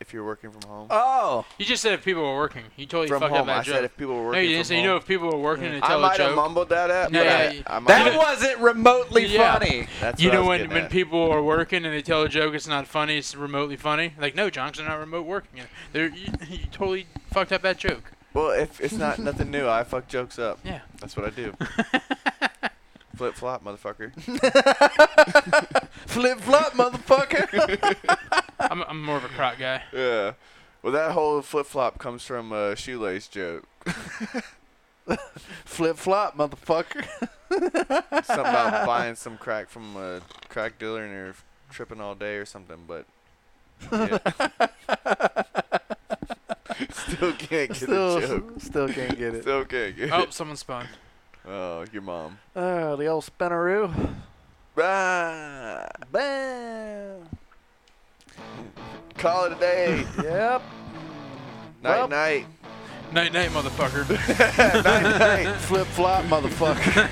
if you're working from home.
Oh,
You just said if people were working. You totally
from
fucked up
home,
that
I
joke.
said if people were
no,
working
you didn't
from
say.
home.
You know, if people were working and
I
tell a
might have
joke.
mumbled that up.
No,
but
yeah,
I-
you-
I, might
that
have-
wasn't remotely
Yeah.
funny.
That's
you
what I
know
was
when
getting
when
at.
people are working and they tell a joke, it's not funny. It's remotely funny. Like no, John, 'cause they're not remote working. They're you, you totally fucked up that joke.
Well, if it's not nothing new, I fuck jokes up.
Yeah.
That's what I do. Flip flop, motherfucker.
Flip flop, motherfucker.
I'm, I'm more of a crock guy.
Yeah. Well, that whole flip flop comes from a shoelace joke.
Flip flop, motherfucker.
Something about buying some crack from a crack dealer and you're tripping all day or something, but. yeah. Still can't get the
Still,
joke.
still can't get it.
Still can't get
Oh,
it.
someone spun.
Oh, your mom.
Oh, the old spinneroo.
Ah,
Bam.
call it a day.
Yep.
Night,
Well-
night.
Night night, motherfucker.
night, night.
Flip flop, motherfucker.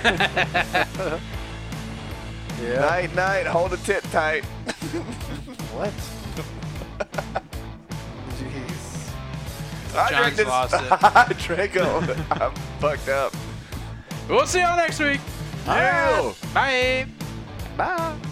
yeah.
Night, night. Hold the tip tight.
What?
I
John's
drank this.
lost it.
I drank all of it. I'm fucked up.
We'll see y'all next week.
Ew.
Bye.
Bye.